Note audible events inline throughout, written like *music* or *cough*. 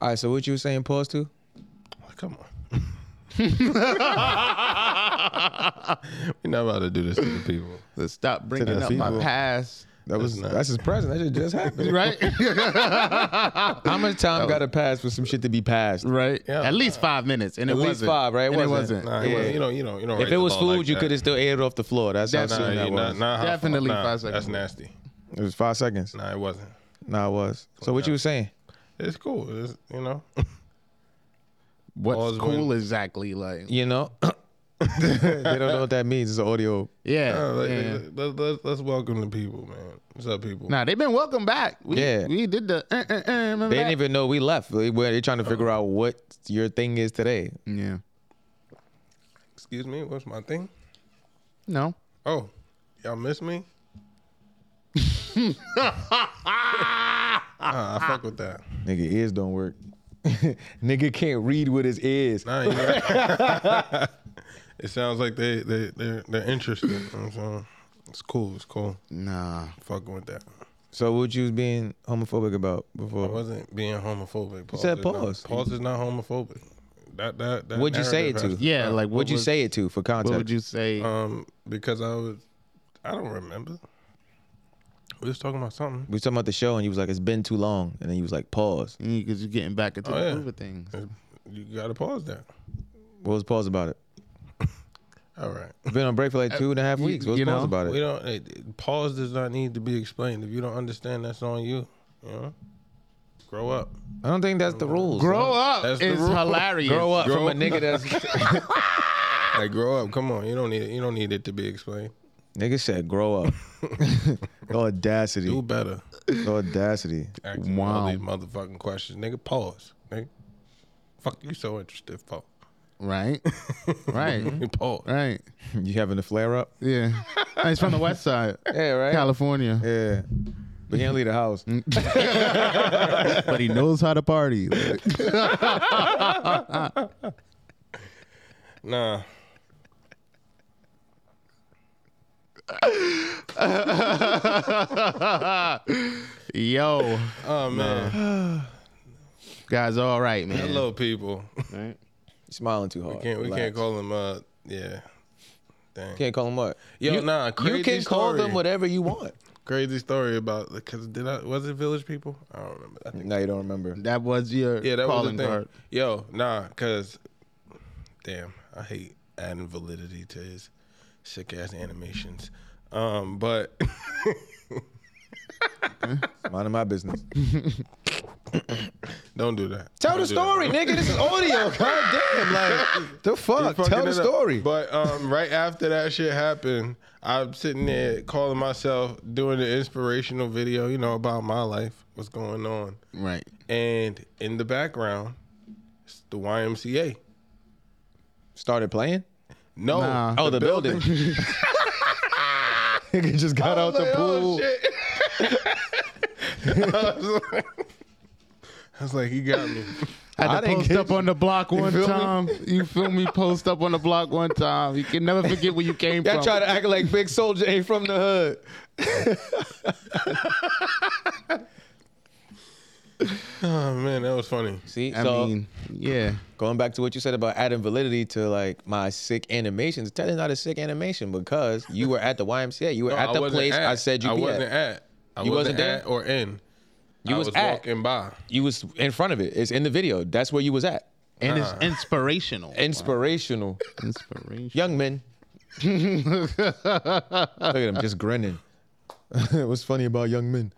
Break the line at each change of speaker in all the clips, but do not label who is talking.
All right, so what you were saying pause to?
Oh, Come on. *laughs* We're not about to do this to the people.
Let's stop
To
bringing
the
up my
people.
past. That was
not-
that's his present. That shit *laughs* just happened.
right?
How much time got to pass for some shit to be passed?
*laughs* right.
Yeah.
At least five minutes, and it
At
wasn't.
least five, right? It
And it
wasn't.
Nah,
wasn't.
Yeah.
yeah. you don't, you don't, you don't.
If it was food, you could have still ate it off the floor. That's how
That's-
soon
Nah,
that
you- nah,
was.
nah, how-
Definitely
nah,
five seconds.
That's nasty.
It was five seconds.
Nah, it wasn't.
Nah, it was. So what you were saying?
It's cool. It's, you
*laughs*
know,
What's
Pause
cool exactly? Like,
You know, they don't know what that means. It's an audio.
yeah.
Uh, *laughs* like,
yeah.
let, let, us welcome the people, man. What's up, people?
Nah, they've been welcome back. We,
Yeah.
we did the. Uh, uh, uh, remember
They
that?
didn't even know we left. They were- They're trying to figure out what your thing is today.
yeah.
Excuse me. What's my thing?
No.
Oh, y'all
*laughs*
miss me? Nah, I fuck with that.
Nigga, ears don't work. *laughs* Nigga can't read with his ears.
Nah, you know- *laughs* it sounds like they they they're, they're interested. You know what I'm saying? It's cool. It's cool.
Nah.
Fucking with that.
So what you was being homophobic about
I
before?
wasn't being homophobic. Pause
said
is not-
pause.
pause is not homophobic. That that. that
What'd you say it
narrative
to?
has-
Yeah. Like, what
What'd you
was-
say it to for
What
context?
would you say?
Um, because I was, I don't remember. We was talking about something.
we was talking about the show and you was like, it's been too long. And then you was like, pause.
Because you're getting back into
Oh,
the
yeah.
groove of things.
You gotta pause that.
What was pause about it?
All right.
We've been on break for like two and a half
you-
weeks. What's
you
pause
know,
about
We
it?
don't. It, it- pause does not need to be explained. If you don't understand, that's on you. You know, grow up.
I don't think that's the rules.
Grow
son.
up
That's the
is
rule.
hilarious.
Grow up
Grow
from a nigga that's
Like grow up. Come on. You don't need. It. You don't need it to be explained.
nigga said grow up. The audacity.
Do better.
The audacity.
Asking all
Wow.
these motherfucking questions, nigga. Pause. Nigga. Fuck you. So interested. Pause.
Right.
Mm-hmm.
Right.
*laughs* Pause.
right.
You having a flare up?
Yeah. It's from the west side,
Yeah, right.
California.
Yeah. But he didn't leave the house.
but he knows how to party. Like,
Nah.
yo,
Oh man.
guys, all right, man.
Hello, people.
Right?
He's smiling too hard.
We can't. We can't call them. Uh. Yeah. Dang.
Can't call him what?
Yo, nah,
You
crazy
can call them
story.
whatever you want.
Crazy story about because did I was it Village People? I don't remember. I think
no, you don't remember.
That was your
yeah, that was the
calling
thing.
card.
Yo, nah, cause damn, I hate adding validity to his sick ass animations. Um, but *laughs*
Minding my business.
don't do that.
Tell the
Don't do that.
story, nigga. This is *laughs* audio. God damn. Like, the fuck?
fucking
Tell
it
the
up.
story.
But
*laughs*
um, right after that shit happened, I'm sitting there calling myself doing the inspirational video, you know, about my life, what's going on,
Right.
and in the background, it's the YMCA.
Started playing?
No,
Nah.
Oh, the, building. nigga just got out the
*laughs* like, oh,
pool.
shit. *laughs* I, was like, I was like, he got me. *laughs*
I
I had to
didn't
post
get
up on the block one
feel me?
time. You feel me? Post up on the block one time. You can never forget where you
*laughs*
came
Y'all
from.
try to act like Big Soldier ain't from the hood.
Oh man, that was funny.
See,
I
so
mean, yeah.
going back to what you said about adding validity to like my sick animations, that is not a sick animation because you were at the YMCA. You were
No,
at
I
the
wasn't
place
at-
I said you
I
be
wasn't
at.
at. I
You wasn't
wasn't
there?
at or in.
You
I
was
was,
at.
walking by.
You was in front of it. It's in the video. That's where you was at.
uh,
And it's inspirational.
Inspirational.
Inspirational.
Young
*laughs*
men. Look at him just grinning. *laughs* What's funny about young men?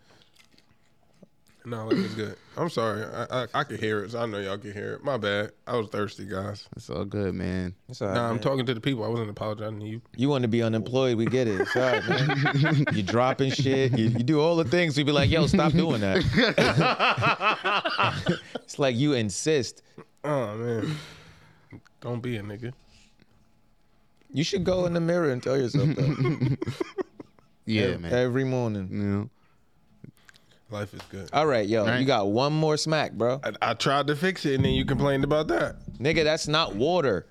No, it was good. I'm sorry. I, I I could hear it. So I know y'all can hear it. My bad. I was thirsty, guys.
It's all good, man.
It's all right,
Nah, I'm
man.
talking to the people. I wasn't apologizing to you.
you want to be unemployed, we get it. It's all right, man. you dropping shit. You, you do all the things. We be like, yo, stop doing that. *laughs* it's like you insist.
Oh man, don't be a nigga.
You should go in the mirror and tell yourself that
*laughs* Yeah,
Ev-
man.
every morning.
You
Life is good. I,
All right, yo,
Right.
you got one more smack, bro.
I tried to fix it, and then you complained about that. Oh.
Nigga, that's not water.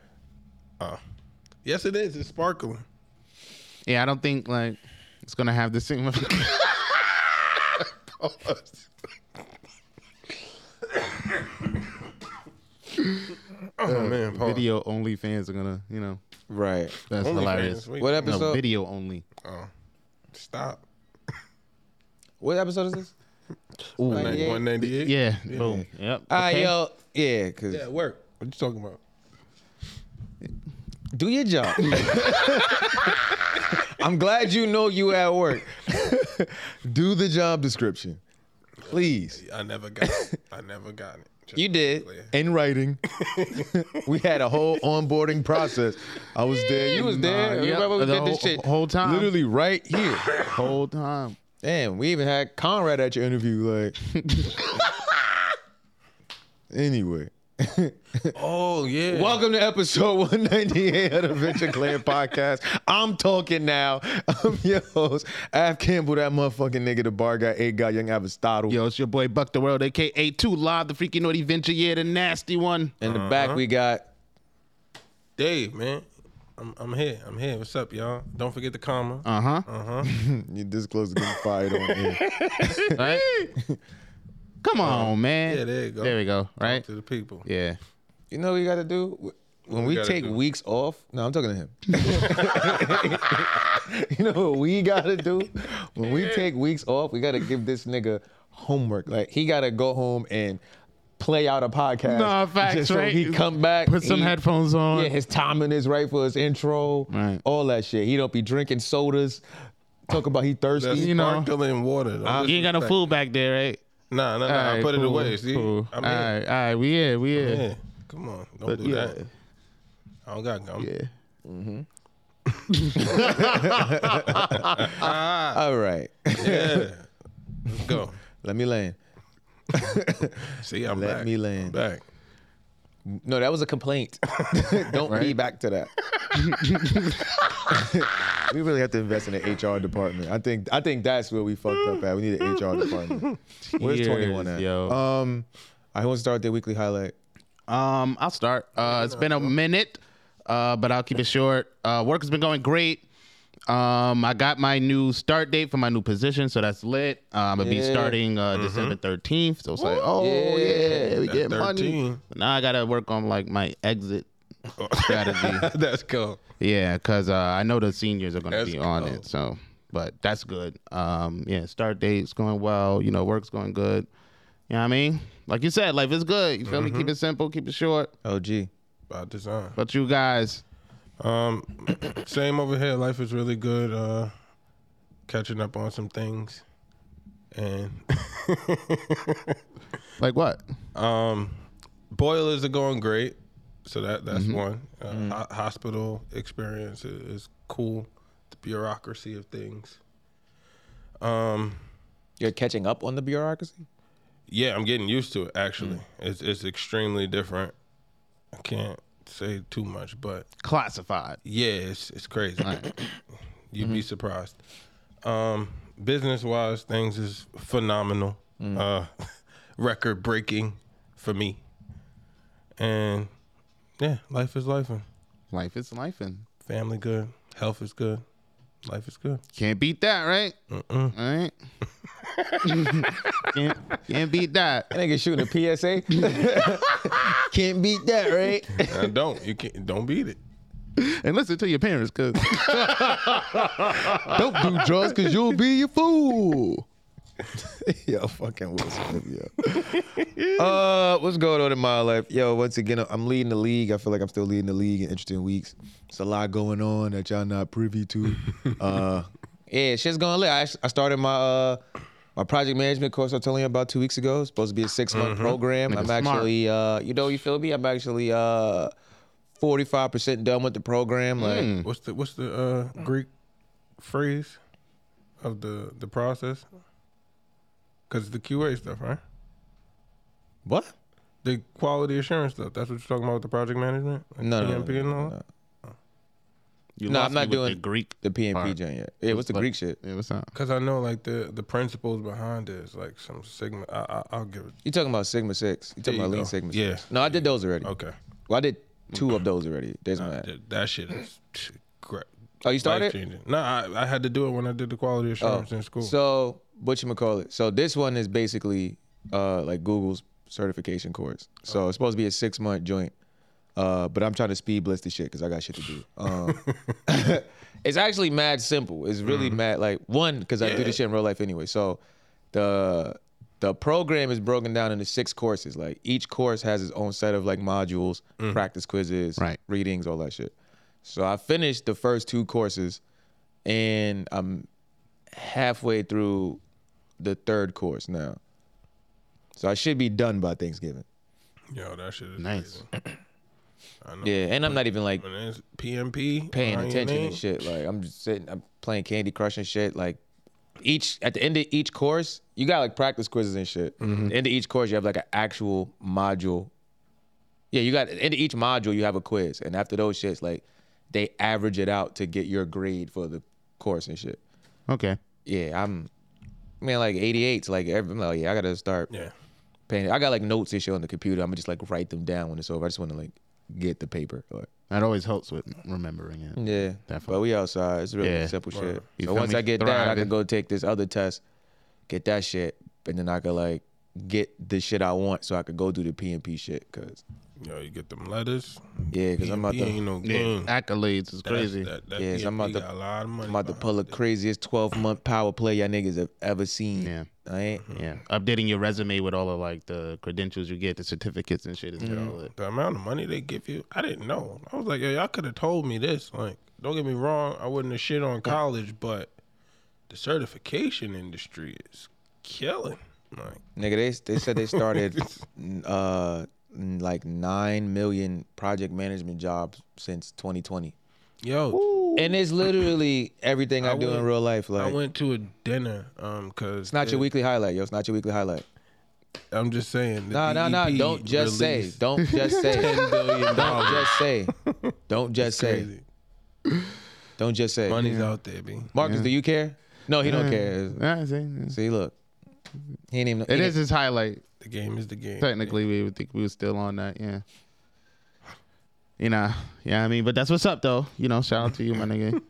Yes, it is. It's sparkling. *laughs*
Yeah, I don't think like it's gonna have the same.
*laughs* Oh, Oh man, Paul.
Video only fans are gonna, you know,
Right.
that's
Only
hilarious.
fans, we-
What
No,
episode?
video only.
Oh, stop.
What episode is this?
Ooh,
Like, yeah.
One ninety eight.
yeah, boom. Yep.
Ah,
okay.
yo, yeah, cause
Yeah, work. What you talking about?
do your
*laughs*
job. I'm glad you know you at work. *laughs* do the job description, please.
I never got.
*laughs*
it. I never got it. Just
You did in *laughs* writing. we had a whole onboarding process. I was there. You was there.
Nah,
Everybody
yep,
was
the
did this
whole-
shit
whole time.
Literally right here.
Whole time.
*laughs* Damn, we even had Conrad at your interview. Like, *laughs* anyway.
Oh yeah.
Welcome to episode 198 of the Venture Clan Podcast. I'm talking now. I'm your host, Av Campbell, that motherfucking nigga, the bar guy, A guy, young Avastado.
Yo, it's your boy Buck the World, aka Two Live, the freaking naughty venture, yeah, the nasty one.
In the back, we got
Dave, man. I'm I'm here. I'm here. What's up, y'all? Don't forget the comma.
Uh huh.
Uh-huh.
you this close to getting fired on here.
*laughs* Right. Come on, man.
Uh-huh. yeah, there you go.
There we go. Right.
to the people.
Yeah.
You know what we got to do? When we
gotta
take
do?
weeks off, no, I'm talking
*laughs*
to him. *laughs* you know what we got to do? When we take weeks off, we got to give this nigga homework. Like, he got to go home and play out a podcast.
Nah, facts,
just so
right?
he come back.
Put some
he-
headphones on.
Yeah, his timing is right for his intro,
Right.
all that shit. He don't be drinking sodas. Talk about he
That's
thirsty.
You know. Uh,
sparkling water. though.
You ain't got no food back there, right?
Nah, nah, nah.
All
I
right,
put it
cool,
away. See,
cool.
I'm
all
here.
right, all right, we here, we here.
Yeah. Come on, don't
But
do
yeah.
that. I don't got gum.
Yeah.
All right, *laughs*
Let's go.
let me land.
See, I'm
Let
back.
me
I'm
land.
back. *laughs*
No, that was a complaint. *laughs* don't be back to that. *laughs* we really have to invest in an HR department. I think I think that's where we fucked up at. We need an HR department. Where's
Years,
21 at?
yo.
Um, I want to start with the weekly highlight.
Um, I'll start. Uh, it's been a minute, uh, but I'll keep it short. Uh, work has been going great. Um, I got my new start date for my new position, so that's lit. Uh, I'm gonna be
Yeah.
starting uh, December 13th. So it's like, oh
Yeah.
yeah, we
That
get money.
13.
Now I gotta work on like my exit strategy.
That's cool.
Yeah, because uh, I know the seniors are going to
That's
be on
cool.
it. So, but that's good. Um, yeah, start date's going well. You know, work's going good. You know what I mean? Like you said, life is good. You feel me? Keep it simple, keep it short.
Oh, gee.
By design.
But you guys,
Um, same over here. Life is really good. Uh, catching up on some things, and *laughs*
like what?
um, boilers are going great. So that that's one. Uh, ho- hospital experience i- is, cool. The bureaucracy of things. Um,
You're catching up on the bureaucracy?
yeah, I'm getting used to it. Actually, it's it's extremely different. I can't say too much, but
Classified.
Yeah, it's it's crazy. You'd be surprised. Um, business wise, things is phenomenal, uh, *laughs* record breaking for me. And yeah, life is life.
Life is life and
Family good, health is good, life is good.
can't beat that, right?
Mm-mm.
All right. *laughs* can't, can't beat that.
That nigga shooting a *laughs* PSA. Can't beat that, right?
I don't you can't don't beat it.
And listen to your parents, cause *laughs*
Don't do drugs because you'll be a fool. *laughs* yo, fucking Will Smith, *laughs* yo. uh, what's going on in my life? Yo, once again, I'm leading the league. I feel like I'm still leading the league in interesting weeks. It's a lot going on that y'all not privy *laughs* to. uh, yeah, shit's going lit. I, act- I started my uh, my project management course I told you about two weeks ago. It's supposed to be a six month program. I'm
smart.
actually, uh, you know, you feel me? I'm actually uh, 45% done with the program. Like,
What's the what's the uh, Greek phrase of the the process? Cause the QA stuff, right?
what?
The quality assurance stuff. That's what you're talking about with the project management? Like
No, no, no,
PMP and all? that?
you
No,
lost
I'm not
me with
doing
the Greek.
The PMP
Alright.
joint yet. Yeah, what's the
But-
Greek shit?
Yeah, what's up?
Cause I know like the the principles behind this, like some sigma. I, I I'll give it.
You talking about Sigma Six? You talking
There you
about Lean
go.
Sigma
Yeah.
Six? No, I did those already.
Okay,
Well, I did two of those already. Days my
Th- that shit is great.
Oh, you
Life
started? Oh.
changing. No, I, I had to do it when I did the quality assurance in school.
So what you call it? So this one is basically uh, like Google's certification course. So it's supposed to be a six month joint. Uh, but I'm trying to speed blitz the shit because I got shit to do. Um, it's actually mad simple. It's really mad like one because I do this shit in real life anyway. So the the program is broken down into six courses. Like each course has its own set of like modules, practice quizzes,
Right.
readings, all that shit. So I finished the first two courses, and I'm halfway through the third course now. So I should be done by Thanksgiving.
Yo, that shit is
Nice.
crazy. I know.
Yeah, and I'm not even like
When it's PMP,
paying
Lion
attention
King,
and shit. Like I'm just sitting, I'm playing Candy Crush and shit. Like each at the end of each course, you got like practice quizzes and shit. At the end of each course, you have like an actual module. Yeah, you got at the end of each module, you have a quiz, and after those shits, like they average it out to get your grade for the course and shit.
Okay.
Yeah, I'm. I mean, like 88's like, every, I'm like, yeah, I gotta start
Yeah.
paying. I got like notes and shit on the computer. I'm gonna just like write them down when it's over. I just wanna like get the paper. Or,
That always helps with remembering it.
yeah,
Definitely.
but we outside. It's really
Yeah.
simple shit. So
You feel
once
me?
I get that, I
Thriving.
can go take this other test, get that shit, and then I could like get the shit I want, so I could go do the PMP shit. Cause
Yo, you get them letters.
yeah, because I'm about
PMP
to
ain't no
Yeah.
Mm.
game.
Accolades is
That's-
crazy.
That, that
Yeah, so I'm about
PMP
to-
got a lot of money.
I'm about to
behind
pull the
it.
craziest 12 month power play y'all niggas have ever seen.
Yeah.
I ain't.
Yeah. Updating your resume with all of like the credentials you get, the certificates and shit is
Mm-hmm.
all that.
the amount of money they give you, I didn't know. I was like, yo, y'all could have told me this. Like, don't get me wrong, I wouldn't have shit on college, but the certification industry is killing. Like,
Nigga, they they said they started *laughs* uh n- like nine million project management jobs since 2020,
yo,
and it's literally everything I, do in
went-
real life.
I
Like,
went to a dinner um because
it's not your weekly highlight, yo. It's not your weekly highlight.
I'm just saying. the
No,
E
no, no.
DEP
Don't just say.
released
Don't just *laughs* say.
$10 billion
Don't just say. Don't just say.
Crazy.
Don't just say.
Money's out there, b.
Marcus, do you care? No, he don't care.
Yeah, I see. Yeah.
See, look. He ain't even.
It is his highlight.
The game is the game.
Technically, we would think we were still on that. Yeah. You know, yeah, I mean, but that's what's up, though. You know, shout out to you,
*laughs*
my nigga.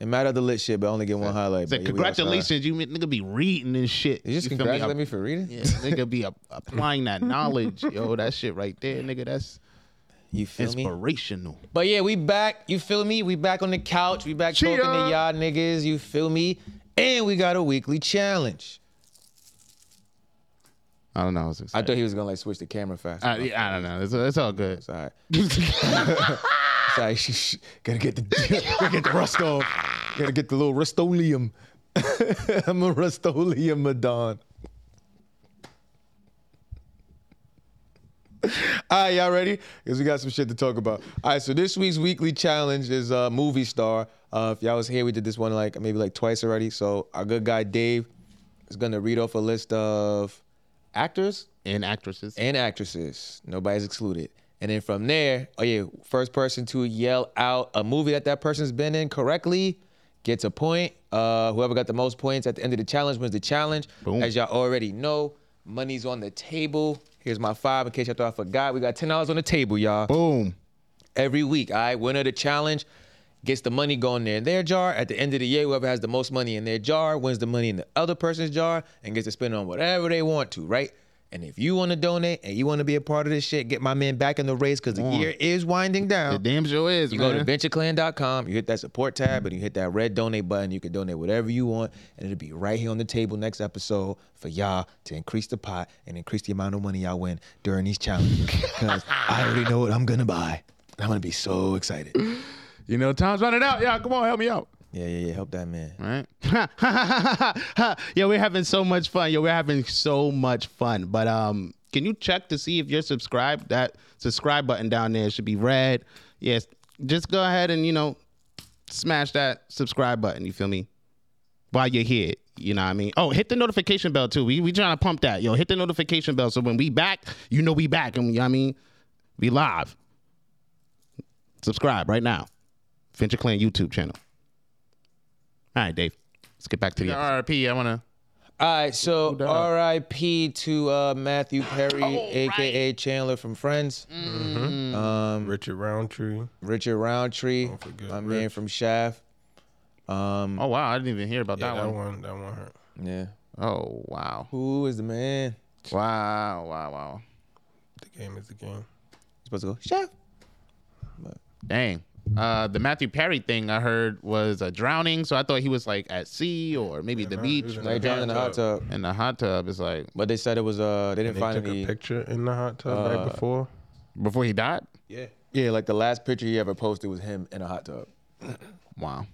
It matter the lit shit, but I only get one highlight.
It's like,
but yeah, we outside.
congratulations, you nigga be reading and shit.
You just
feel me?
congratulate me for reading.
Yeah, nigga be a- applying that knowledge. Yo, that shit right there, nigga, that's
You feel me?
inspirational.
But yeah, we back. You feel me? We back on the couch. We back
Cheetah.
talking to y'all niggas. You feel me? And we got a weekly challenge.
I don't know. I, was
I
excited.
thought he was gonna like switch the camera fast.
I, yeah, I don't know. It's, it's all good.
It's all right. It's all right. Shh, shh. Gotta get the *laughs* gotta get the rust off. Gotta get the little rustoleum. *laughs* I'm a rustoleum madon. All right, y'all ready? Because we got some shit to talk about. All right, so this week's weekly challenge is uh, movie star. Uh, if y'all was here, we did this one like maybe like twice already. So our good guy Dave is gonna read off a list of actors
And actresses.
and actresses. Nobody's excluded. And then from there, oh yeah, first person to yell out a movie that that person's been in correctly gets a point. Uh, whoever got the most points at the end of the challenge wins the challenge.
Boom.
As y'all already know, money's on the table. Here's my five in case y'all thought I forgot. We got ten dollars on the table, y'all
Boom.
every week. All right, winner of the challenge gets the money going there in their jar. At the end of the year, whoever has the most money in their jar wins the money in the other person's jar and gets to spend it on whatever they want to, right? And if you want to donate and you want to be a part of this shit, get my man back in the race because the year is winding
The
down.
damn show is,
You go
man.
to ventureclan.com, you hit that support tab, and you hit that red donate button. You can donate whatever you want, and it'll be right here on the table next episode for y'all to increase the pot and increase the amount of money y'all win during these *laughs* challenges. Because I already know what I'm gonna buy. I'm gonna be so *clears throat* excited.
you know, time's running out. Y'all, come on, help me out.
Yeah, yeah, yeah. Help that man.
Right? *laughs* Yo, we're having so much fun. Yo, we're having so much fun. But um, can you check to see if you're subscribed? That subscribe button down there should be red. Yes. Just go ahead and, you know, smash that subscribe button. You feel me? While you're here. You know what I mean? Oh, hit the notification bell too. We we trying to pump that. Yo, hit the notification bell so when we back, you know we back. And you know what I mean? We live. Subscribe right now. Venture Clan YouTube channel. All right, Dave. Let's get back to the RRP. I want to.
All right, so R.I.P. to uh, Matthew Perry, aka Chandler from Friends,
Richard Roundtree.
Richard Roundtree,
forget
my man from Shaft.
Mm.
Um,
Oh wow, I didn't even hear about
Yeah,
that
that
one.
one. That one hurt.
yeah.
Oh wow,
Who is the man?
wow, wow, wow.
The game is the game.
supposed to go chef.
Dang. Uh, the Matthew Perry thing I heard was uh, drowning, so I thought he was like at sea or maybe the
no, he
beach.
was in
They
the
drowned in the hot
hot
tub,
And the hot tub is like
but they said it was uh they didn't
They
find
took
any.
a picture in the hot tub right before.
before he died.
Yeah.
Yeah, like the last picture he ever posted was him in a hot tub.
Wow.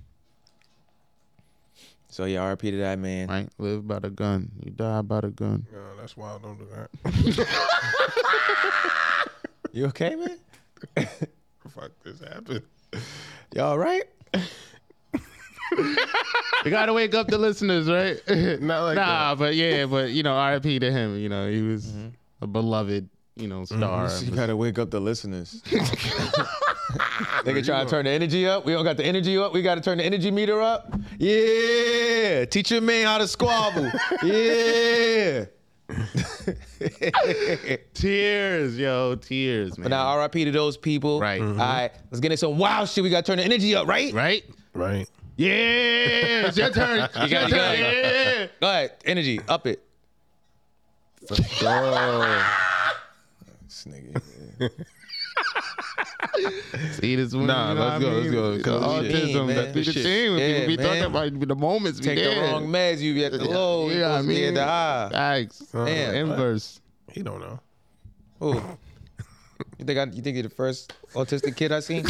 So yeah, RP to that man.
Right? Live by the gun. You die by the gun.
Yeah, Oh, that's why I don't do that.
You okay, man?
Fuck this happened.
You all right?
We gotta wake up the listeners, right?
Not like
nah, but yeah, but you know, RIP to him. You know, he was a beloved, you know, star.
You gotta wake up the *laughs* listeners. they can try to turn the energy up. We don't got the energy up. We gotta turn the energy meter up. Yeah, teach your man how to *laughs* squabble. yeah. *laughs*
Tears, yo, tears,
But
man.
now RIP to those people.
Right. Mhm.
All right. Let's get into some wild shit. We gotta turn the energy up, right?
right?
Right.
Yeah, it's your turn. It's
got- you
your
got
turn.
it.
Yeah.
Go ahead. Energy. Up it.
Let's go.
This nigga.
See this one?
Nah,
you know
let's
what
go,
I
let's
mean?
go, 'cause
this shit,
autism,
man.
that's the
This shit.
thing.
Yeah,
People be
man.
talking about the moments.
Take
we
the
did.
wrong meds. You be at the low. You
Yeah, I
supposed to be
mean,
at the high.
Facts.
Damn.
Inverse.
He don't know.
Who? You think I, you think you're the first autistic kid I seen?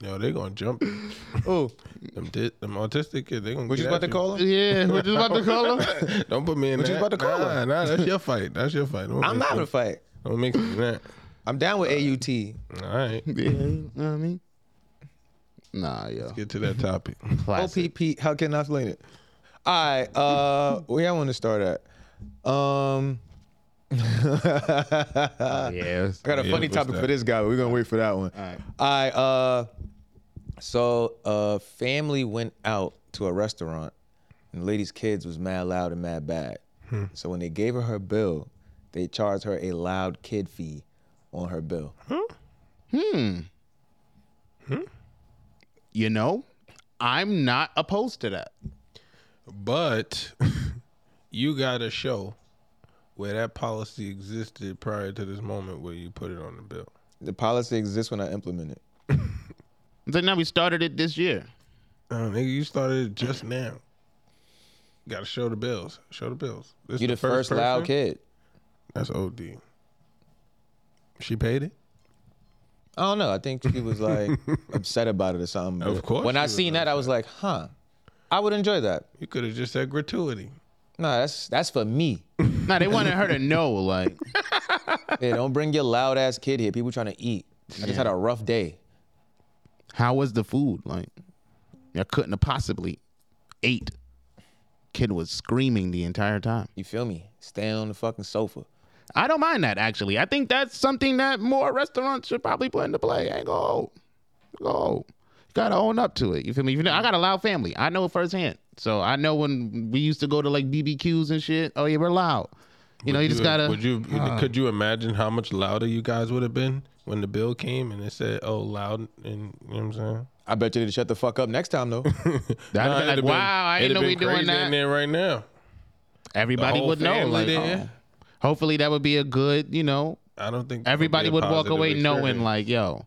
Yo, they gonna jump.
Who?
Them, di- them autistic kids, they gonna.
What you about to call him?
Yeah, we're just about to call
*laughs*
him.
him? don't put me in.
What you
that.
about to call
nah,
him?
Nah, that's your fight. That's your fight. Don't
I'm
mix
not
me-
gonna fight.
Don't mix me in that.
I'm down with AUT.
All right,
Yeah, you know what I mean? Nah, yo.
get to that topic.
Classic.
OPP. How can I explain it? All right. Uh, where I want to start at? Um, *laughs* I
Yes.
got a
Yeah,
funny
what's
topic
that?
for this guy, but we're gonna wait for that one. All
right.
right. Uh, so a family went out to a restaurant, and the lady's kids was mad loud and mad bad.
Hmm.
So when they gave her her bill, they charged her a loud kid fee on her bill.
You know, I'm not opposed to that.
But *laughs* you gotta show where that policy existed prior to this moment where you put it on the bill.
The policy exists when I implement it.
It's like now we started it this year.
Uh, nigga, you started it just now. gotta show the bills. Show the bills. This
You the, first loud
person-
kid.
That's OD. She paid it.
I don't know. I think she was
*laughs*
like upset about it or something.
Of
But
course
When
she
I
was
seen that, I was like, huh, I would enjoy that.
You could have just said gratuity.
No, that's that's for me.
Nah, they wanted her to know, like,
Yeah, don't bring your loud ass kid here. People trying to eat. I just had a rough day.
how was the food? Like, I couldn't have possibly ate. Kid was screaming the entire time.
You feel me? Stay on the fucking sofa.
I don't mind that actually. I think that's something that more restaurants should probably put into play. Ain't go, go. You gotta own up to it. You feel me? You know, I got a loud family. I know it firsthand. So I know when we used to go to like BBQs and shit. Oh yeah, we're loud. You know, you just gotta.
Would you? Could you imagine how much louder you guys would have been when the bill came and it said, "Oh, loud," and you know what I'm saying?
I bet you did shut the fuck up next time though.
*laughs* That'd
Nah,
have been
it'd
like,
have
wow, I
it'd
didn't
have
know we
been
doing
crazy
that.
in there right now.
Everybody
whole
would know.
family
Like,
there.
oh. Hopefully, that would be a good. You know,
I don't think
everybody would
that'd be a
walk
positive
away knowing
experience.
like, yo,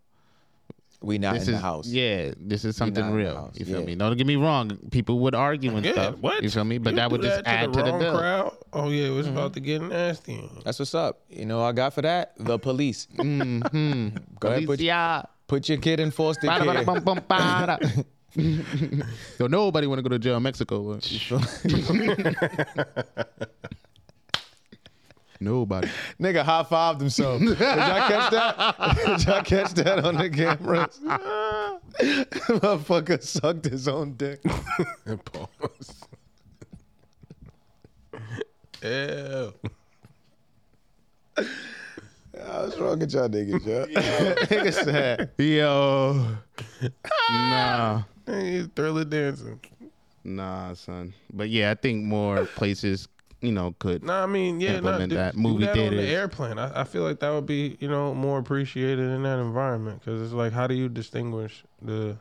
We not
this
in
is
the house.
Yeah, this is
not
something
in the
real.
house,
You feel
yeah.
me? Don't get me wrong. People would argue and
Yeah,
stuff.
what?
You feel me? But
You
that would
do
just add
to the,
to the
wrong
bill. Mm-hmm.
crowd. Oh yeah, it was about to get nasty.
That's what's up. You know what I got for that? The
*laughs*
police. *laughs* Go ahead, put,
Alicia.
put your kid in foster
Mm-hmm. Bada, bada,
care.
bum, bum, *laughs* bada. Yo, nobody want to go to jail in Mexico. *laughs* *laughs* nobody.
*laughs* Nigga high fived
*laughs*
himself. Did y'all catch that? *laughs* Did y'all catch that on the
*laughs*
cameras? *laughs* Motherfucker sucked his own
*laughs*
dick.
And pause. *laughs* Ew.
What's wrong with y'all niggas, yo? Nigga said,
Yo. nah.
Hey, Thriller dancing.
Nah, son. But yeah, I think more places, you know, could.
No, I mean, yeah, no,
Implement
do-
that.
do
Movie
that on the
theaters.
airplane. I, I feel like that would be, you know, more appreciated in that environment because it's like, how do you distinguish the?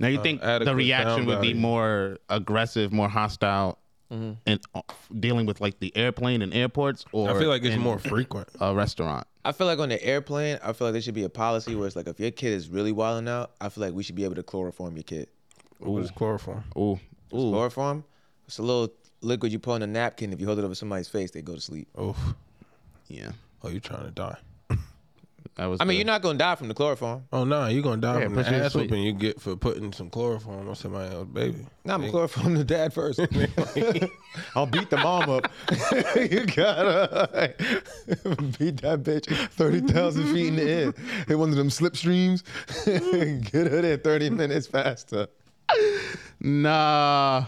Now you think the
adequate
reaction
sound
would be
value.
more aggressive, more hostile and uh, dealing with like the airplane and airports, or
Mm-hmm. I feel like it's
in
more frequent.
a restaurant.
I feel like on the airplane, I feel like there should be a policy where it's like if your kid is really wilding out, I feel like we should be able to chloroform your kid.
What is chloroform?
Ooh,
Chloroform, it's a little liquid you put on a napkin. If you hold it over somebody's face, they go to sleep.
Oof.
yeah,
Oh, you're trying to die.
that was.
I mean,
the-
you're not gonna die from the chloroform.
Oh no, you're gonna die
Yeah,
from
put
the
you to
ass
sleep.
whooping you get for putting some chloroform on somebody else's baby.
Nah, I'm gonna chloroform the dad *laughs* first. I'll beat the mom up. *laughs* you gotta *laughs* beat that bitch thirty thousand feet in the air. Hit one of them slipstreams. *laughs* Get her there thirty minutes faster.
nah.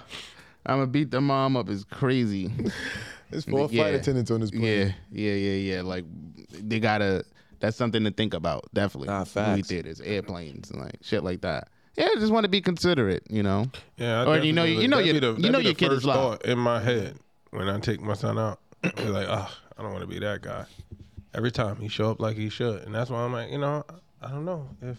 I'm gonna beat the mom up is
*laughs*
crazy.
There's four
Yeah.
flight attendants on this plane.
yeah, yeah, yeah, yeah. Like they gotta. That's something to think about. Definitely.
Nah,
Movie
facts.
theaters, airplanes, and like shit like that. Yeah, I just want to be considerate. You know.
Yeah, I
Or you know-
definitely-
you know
that'd be
your- you
that'd
know
be
your
the
kid is
first
loud.
thought in my head when I take my son out. Be like, ah, I don't want to be that guy. Every time he show up like he should, and that's why I'm like, you know, I don't know if,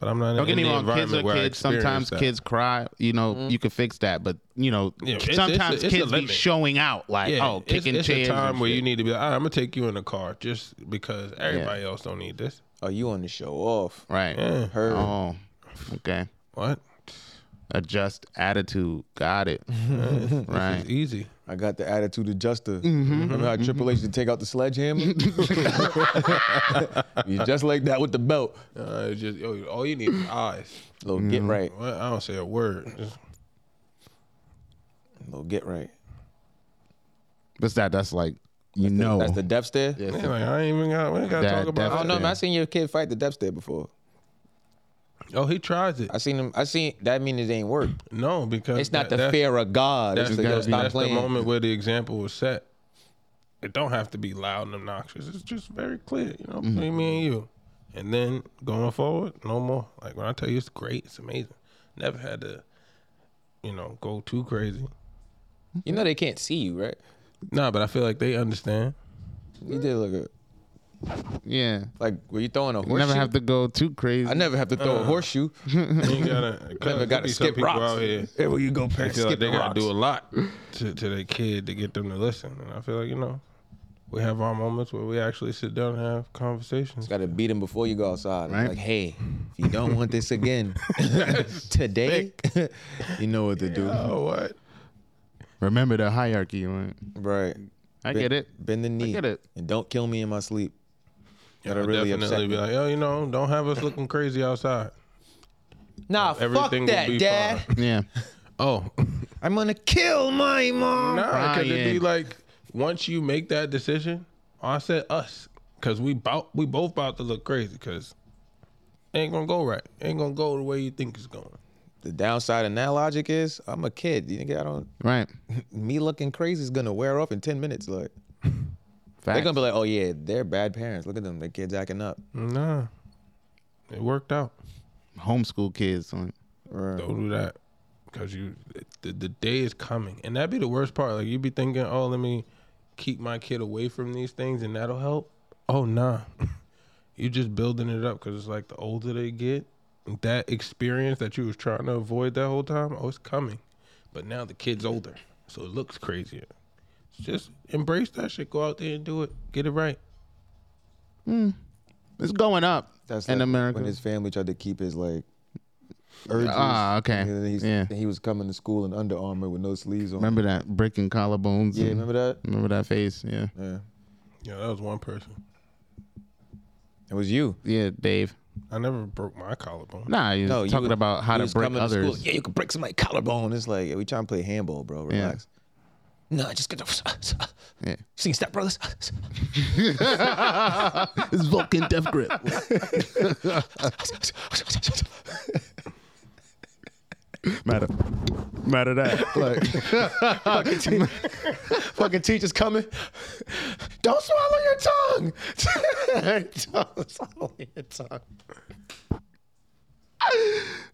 but I'm not
Don't
in
get me
the
wrong,
environment
kids are
where I
kids.
experience
Sometimes
that. Mm-hmm.
kids cry. You know, you can fix that, but you know,
Yeah, it's- it's a-
sometimes
it's a
kids be
limit.
showing out like,
Yeah,
oh,
it's,
kicking
it's
chairs.
a time
and
where
shit.
you need to be like, All right, I'm gonna take you in the car just because everybody else don't need this.
Oh, you on the show off?
right.
Yeah.
Her.
Oh, okay.
What?
Adjust attitude.
*laughs*
Got it.
It's
right.
easy.
I got the attitude adjuster.
Mm-hmm.
Remember how Triple H used to take out the
*laughs*
sledgehammer? you just like that with the belt.
Uh, it's just yo, all you need is eyes.
Little
Mm-hmm.
get right.
What? I don't say a word. Just-
Little get right.
What's that? That's like you know.
That's the depth stare.
Yeah.
yeah, like I ain't even got. We ain't got to
That
talk about.
I don't know,
it.
man. I seen your kid fight the depth stare before.
Oh, he tries it.
I seen him. I seen that means it ain't work.
No, because
It's not the
that- that's-
fear of God. It's
That's,
like, yo,
that's-
stop
that's the
playing.
moment where the example was set. It don't have to be loud and obnoxious. It's just very clear, you know, between me and you. And then going forward, no more. Like when I tell you it's great, it's amazing. Never had to, you know, go too crazy.
You know they can't see you, right?
Nah, but I feel like they understand.
You did look good.
yeah.
Like were you throwing a horseshoe?
You never have to go too crazy.
I never have to
Uh,
throw a
*laughs*
horseshoe.
You ain't gotta,
Never got to skip
people
rocks.
out here.
There where you go,
They
past
feel like
skip
they
the
gotta
rocks.
do a lot to, to their kid to get them to listen. And I feel like, you know, we have our moments where we actually sit down and have conversations.
Gotta beat him before you go outside.
Right.
Like, hey, if you don't want this *laughs* again today, you know what to do.
Oh, what?
Remember the hierarchy. Right?
Right.
I get it.
Bend the knee.
get it.
And don't kill me in my sleep. That'll
I'll
really upset
definitely
me.
be like, oh, you know, don't have us looking crazy outside.
nah, fuck
everything will
that,
be
Dad.
*laughs*
fine.
*laughs*
Yeah.
Oh,
I'm gonna kill my mom.
nah, because it'd be
Brian.
like once you make that decision, I said us, because we bout we both about to look crazy, because ain't gonna go right, ain't gonna go the way you think it's going.
The downside in that logic is I'm a kid. You think I don't
Right.
me looking crazy is gonna wear off in ten minutes. Like
Facts.
they're gonna be like, oh yeah, they're bad parents. Look at them, their kids acting up.
Nah, it worked out.
homeschool kids. son.
Don't do that, because you the, the day is coming, and that'd be the worst part. Like you'd be thinking, oh, let me keep my kid away from these things, and that'll help. Oh, nah. *laughs* you just building it up because it's like the older they get, that experience that you was trying to avoid that whole time, oh, it's coming. But now the kid's older, so it looks crazier. Just embrace that shit. Go out there and do it. Get it right.
It's going up
That's
in
like
America.
when his family tried to keep his like urges.
Ah, okay.
And then he's-
Yeah.
then he was coming to school in Under Armour with no sleeves on.
Remember that breaking collarbones?
Yeah,
and-
remember that?
Remember that face? Yeah.
Yeah,
Yeah, that was one person.
it was you.
Yeah, Dave.
I never broke my collarbone.
Nah, he's
No, you
talking
was-
about how
He
to
was
break
coming to school,
others.
Yeah, you can break somebody's collarbone. It's like we trying to play handball, bro.
Yeah.
Relax. Nah, just get the
Yeah.
*laughs* sing step brothers. *laughs*
It's Vulcan Death
*laughs*
Grip. Matter.
*laughs*
Matter that. Like,
fucking, te- fucking teacher's coming. Don't swallow your tongue. *laughs* Don't swallow your tongue.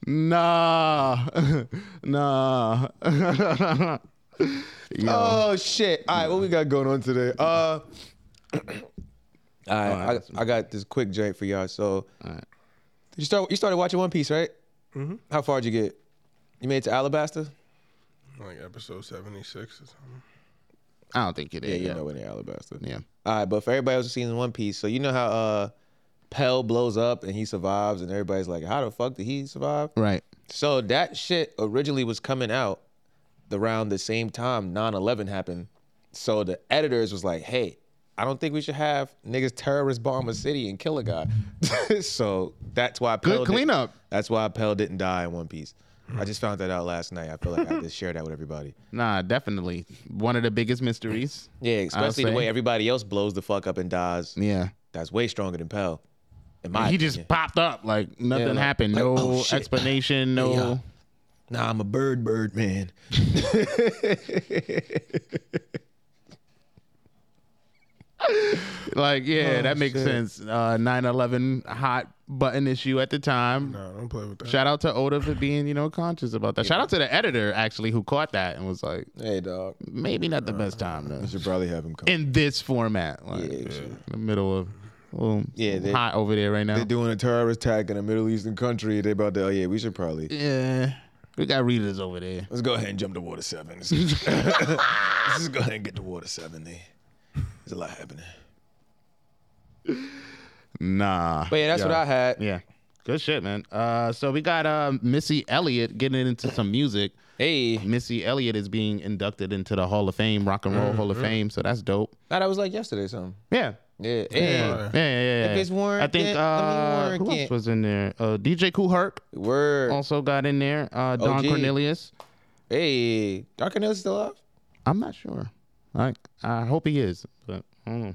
nah. *laughs* nah. *laughs* Yo.
Oh shit! All right, what we got going on today? Uh, *clears throat* all right, I, I got this quick joint for y'all. So,
Alright.
did you start? You started watching One Piece, right? Mm-hmm. How far did you get? You made it to Alabaster.
Like episode 76 or something.
I don't think it is.
Yeah, you
Yeah,
know when they're Alabaster.
Yeah.
All right, but for everybody else who's seen One Piece, so you know how uh Pell blows up and he survives, and everybody's like, "How the fuck did he survive?"
Right.
So that shit originally was coming out around the same time 9/11 happened. So the editors was like, "Hey, I don't think we should have niggas terrorist bomb a city and kill a guy." *laughs* so that's why Pell
Good
didn't-
cleanup.
That's why Pell didn't die in One Piece. I just found that out last night. I feel like I just shared that with everybody.
Nah, definitely one of the biggest mysteries.
Yeah, especially the
say.
way everybody else blows the fuck up and dies.
Yeah.
That's way stronger than Pell. In my
he
opinion.
just popped up like nothing
Yeah, like-
happened.
like,
no
oh, shit.
explanation. No.
Yeah. Nah, I'm a bird, bird man. *laughs*
Like, yeah, that makes
Oh, shit.
sense. Uh, 9/11 hot button issue at the time.
No, don't play with that.
Shout out to Oda for being, you know, conscious about that. Shout out to the editor actually who caught that and was like,
Hey, dog.
maybe not the best time to
should probably have him come.
in this format. Like,
Yeah,
in the middle of well,
Yeah, they-
hot over there right now.
They're doing a terrorist attack in a Middle Eastern country. They about to. Oh yeah, we should probably.
yeah, we got readers over there.
Let's go ahead and jump to Water Seven. Let's *laughs* just go ahead and get to Water Seven. They, there's a lot happening.
Nah,
But yeah, that's what I had.
yeah, good shit, man. Uh, so we got uh Missy Elliott getting into some music.
Hey,
Missy Elliott is being inducted into the Hall of Fame, Rock and Roll Hall of Fame. So that's dope.
nah, that was like yesterday. or Something.
Yeah.
Mm-hmm. Yeah. Hey.
Yeah, yeah, yeah. yeah.
If it's Warren
I think
Kent,
uh,
I mean, Warren
who else
Kent.
was in there? Uh, DJ Kool Herc
Word.
also got in there. Uh, Don
OG.
Cornelius.
Hey. Dark Cornelius still up?
I'm not sure. I I hope he is, but I don't know.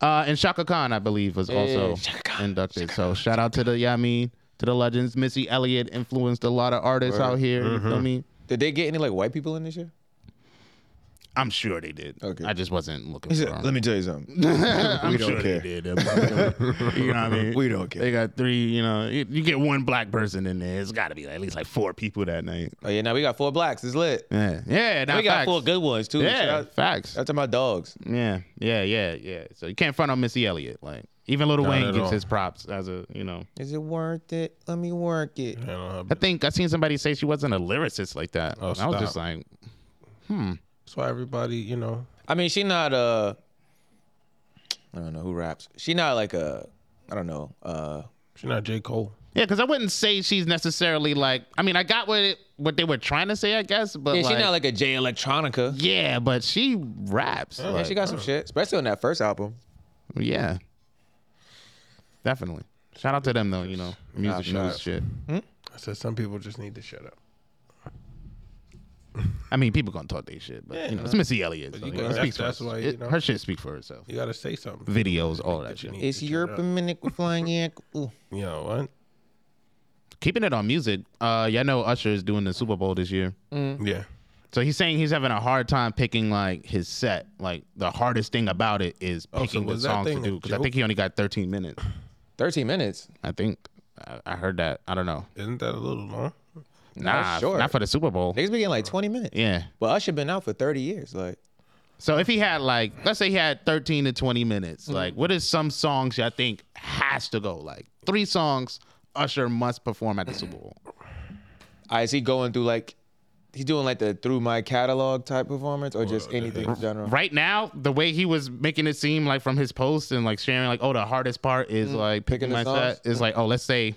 Uh, and Shaka Khan, I believe, was also
Shaka Khan,
inducted. so shout out to the yeah, I mean, to the legends. Missy Elliott influenced a lot of artists out here. You
Mm-hmm.
feel me?
Did they get any like white people in this year?
I'm sure they did.
Okay.
I just wasn't looking for them.
me tell you something.
I'm
we don't
sure
care.
they did. *laughs* you know what I mean?
We don't care.
They got three. You know, you, you get one black person in there. It's got to be at least like four people that night.
Oh yeah, now we got four blacks. It's lit.
Yeah, yeah. Now
we got four good ones too. Shout
Yeah,
out-
facts.
That's my dogs.
Yeah, yeah, yeah, yeah. So you can't front on Missy Elliott. Like even Little Wayne
at
gives
all.
his props as a you know.
Is it worth it? Let me work it.
I don't have-
I think I seen somebody say she wasn't a lyricist like that.
Oh,
And I was just
stop.
like,
That's why everybody, you know,
I mean, she not uh I don't know who raps. She not like a I don't know. Uh
she's not J. Cole.
yeah, because I wouldn't say she's necessarily like. I mean, I got what it, what they were trying to say, I guess. But
yeah,
like,
she not like a J Electronica. uh,
yeah, but she raps.
Yeah,
like,
she got some shit, especially on that first album.
yeah, definitely. Shout out to them though. You know, music
Nah,
shows
nah.
shit.
I said some people just need to shut up.
I mean, people gonna talk their shit, but you know, it's Missy Elliott. so,
you
you
can-
know, it
that's-
speaks for
that's
herself.
why, you
It-
know.
Her shit speak for herself.
You got to say something.
Videos, all that
You
shit.
need
It's
to shut
Europe
up.
and Minute with *laughs* flying yank. Ooh.
You know what?
Keeping it on music, uh, y'all know Usher is doing the Super Bowl this year.
Yeah.
So he's saying he's having a hard time picking like his set. Like the hardest thing about it is
Oh, so
picking the
was that
songs to
thing a
do because I
joke?
think he only got 13 minutes.
13 minutes.
I think I, I heard that. I don't know.
Isn't that a little long?
Nah,
short.
not for the Super Bowl.
Niggas be getting like 20 minutes.
Yeah.
But Usher been out for 30 years. Like
So if he had like, let's say he had 13 to 20 minutes,
Mm-hmm.
like what is some songs y'all think has to go? Like three songs Usher must perform at the Super Bowl.
Ah, is he going through like he's doing like the through my catalog type performance or just
Well,
anything in general? *laughs*
right now, the way he was making it seem like from his post and like sharing, like, oh, the hardest part is like
Mm. picking
picking my
the songs.
set is like, oh, let's say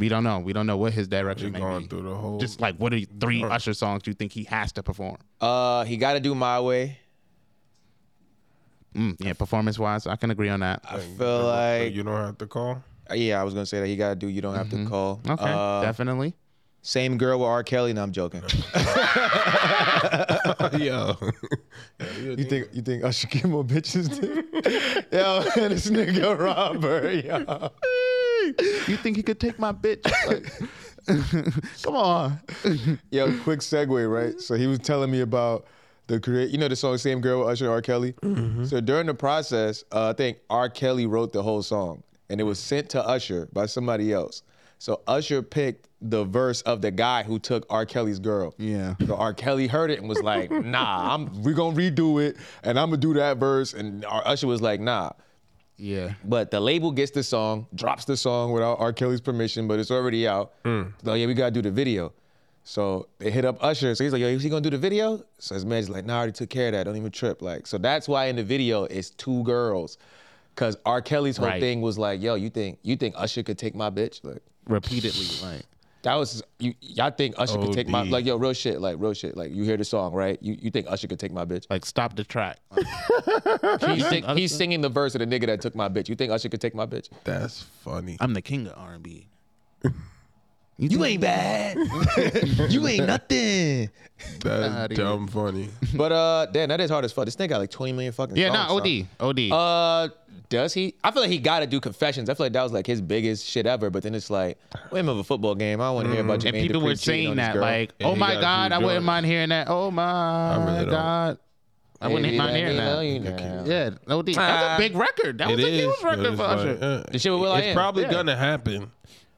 we don't know, we don't know what his
You're
direction may
going
be.
through the whole. *laughs*
Just like, what are you- three Usher songs you think he has to perform?
Uh he gotta do my way.
Mm, yeah, performance wise, I can agree on that.
I feel like
you don't have to
*laughs*
call. *laughs*
Yeah, I was gonna say that he gotta do. You don't have to call.
Okay,
Uh,
definitely.
same girl with R. Kelly. No, I'm joking.
Yo. *laughs* you think
you think I should get more bitches? *laughs* yo, man, this nigga robber. Yo.
You think he could take
*laughs*
my bitch? Like, *laughs* come on.
yo, quick segue, right? So he was telling me about the create. You know the song "Same Girl" with Usher and R. Kelly. So during the process, uh, I think R. Kelly wrote the whole song, and it was sent to Usher by somebody else. So Usher picked the verse of the guy who took R. Kelly's girl.
Yeah.
So R. Kelly heard it and was like, "Nah, I'm we gonna redo it, and I'm gonna do that verse." And R. Usher was like, "Nah."
Yeah.
But the label gets the Oh, song, drops the song without R. Kelly's permission, but it's already out. So yeah, we gotta do the video. So they hit up Usher. So he's like, yo, is he gonna do the video? So his man's like, nah, I already took care of that. Don't even trip. Like, so that's why in the video it's two girls. Cause R. Kelly's whole
Right.
thing was like, yo, you think you think Usher could take my bitch? Like
repeatedly. Like,
that was you y'all think Usher could take my
OD.
like yo, real shit, like real shit. Like you hear the song, right? You you think Usher could take my bitch?
like stop the track.
He's, sing, he's singing the verse of the nigga that took my bitch. You think Usher could take my bitch?
That's funny.
I'm the king of R&B.
You ain't *laughs* bad. you ain't nothing.
That's
Outta here.
dumb
*laughs*
funny.
But uh, damn, that is hard as fuck. This thing got like 20 million fucking.
Yeah,
songs,
not
son.
OD. OD.
Uh, does he? I feel like he got to do confessions. I feel like that was like his biggest shit ever. But then it's like, wait a minute, a football game. I want to hear about you.
Mm, and people were saying that, like,
Yeah,
"Oh
he
my
got a
God,
few
I wouldn't
joints.
mind hearing that." Oh my
really don't.
God, I wouldn't mind hearing
Yeah.
that. Yeah, OD. That's a big record. That was
It
a
is.
huge
but
record
it's
for
like,
Usher.
uh,
The shit with Will I
it's
Am.
probably
Yeah.
gonna happen.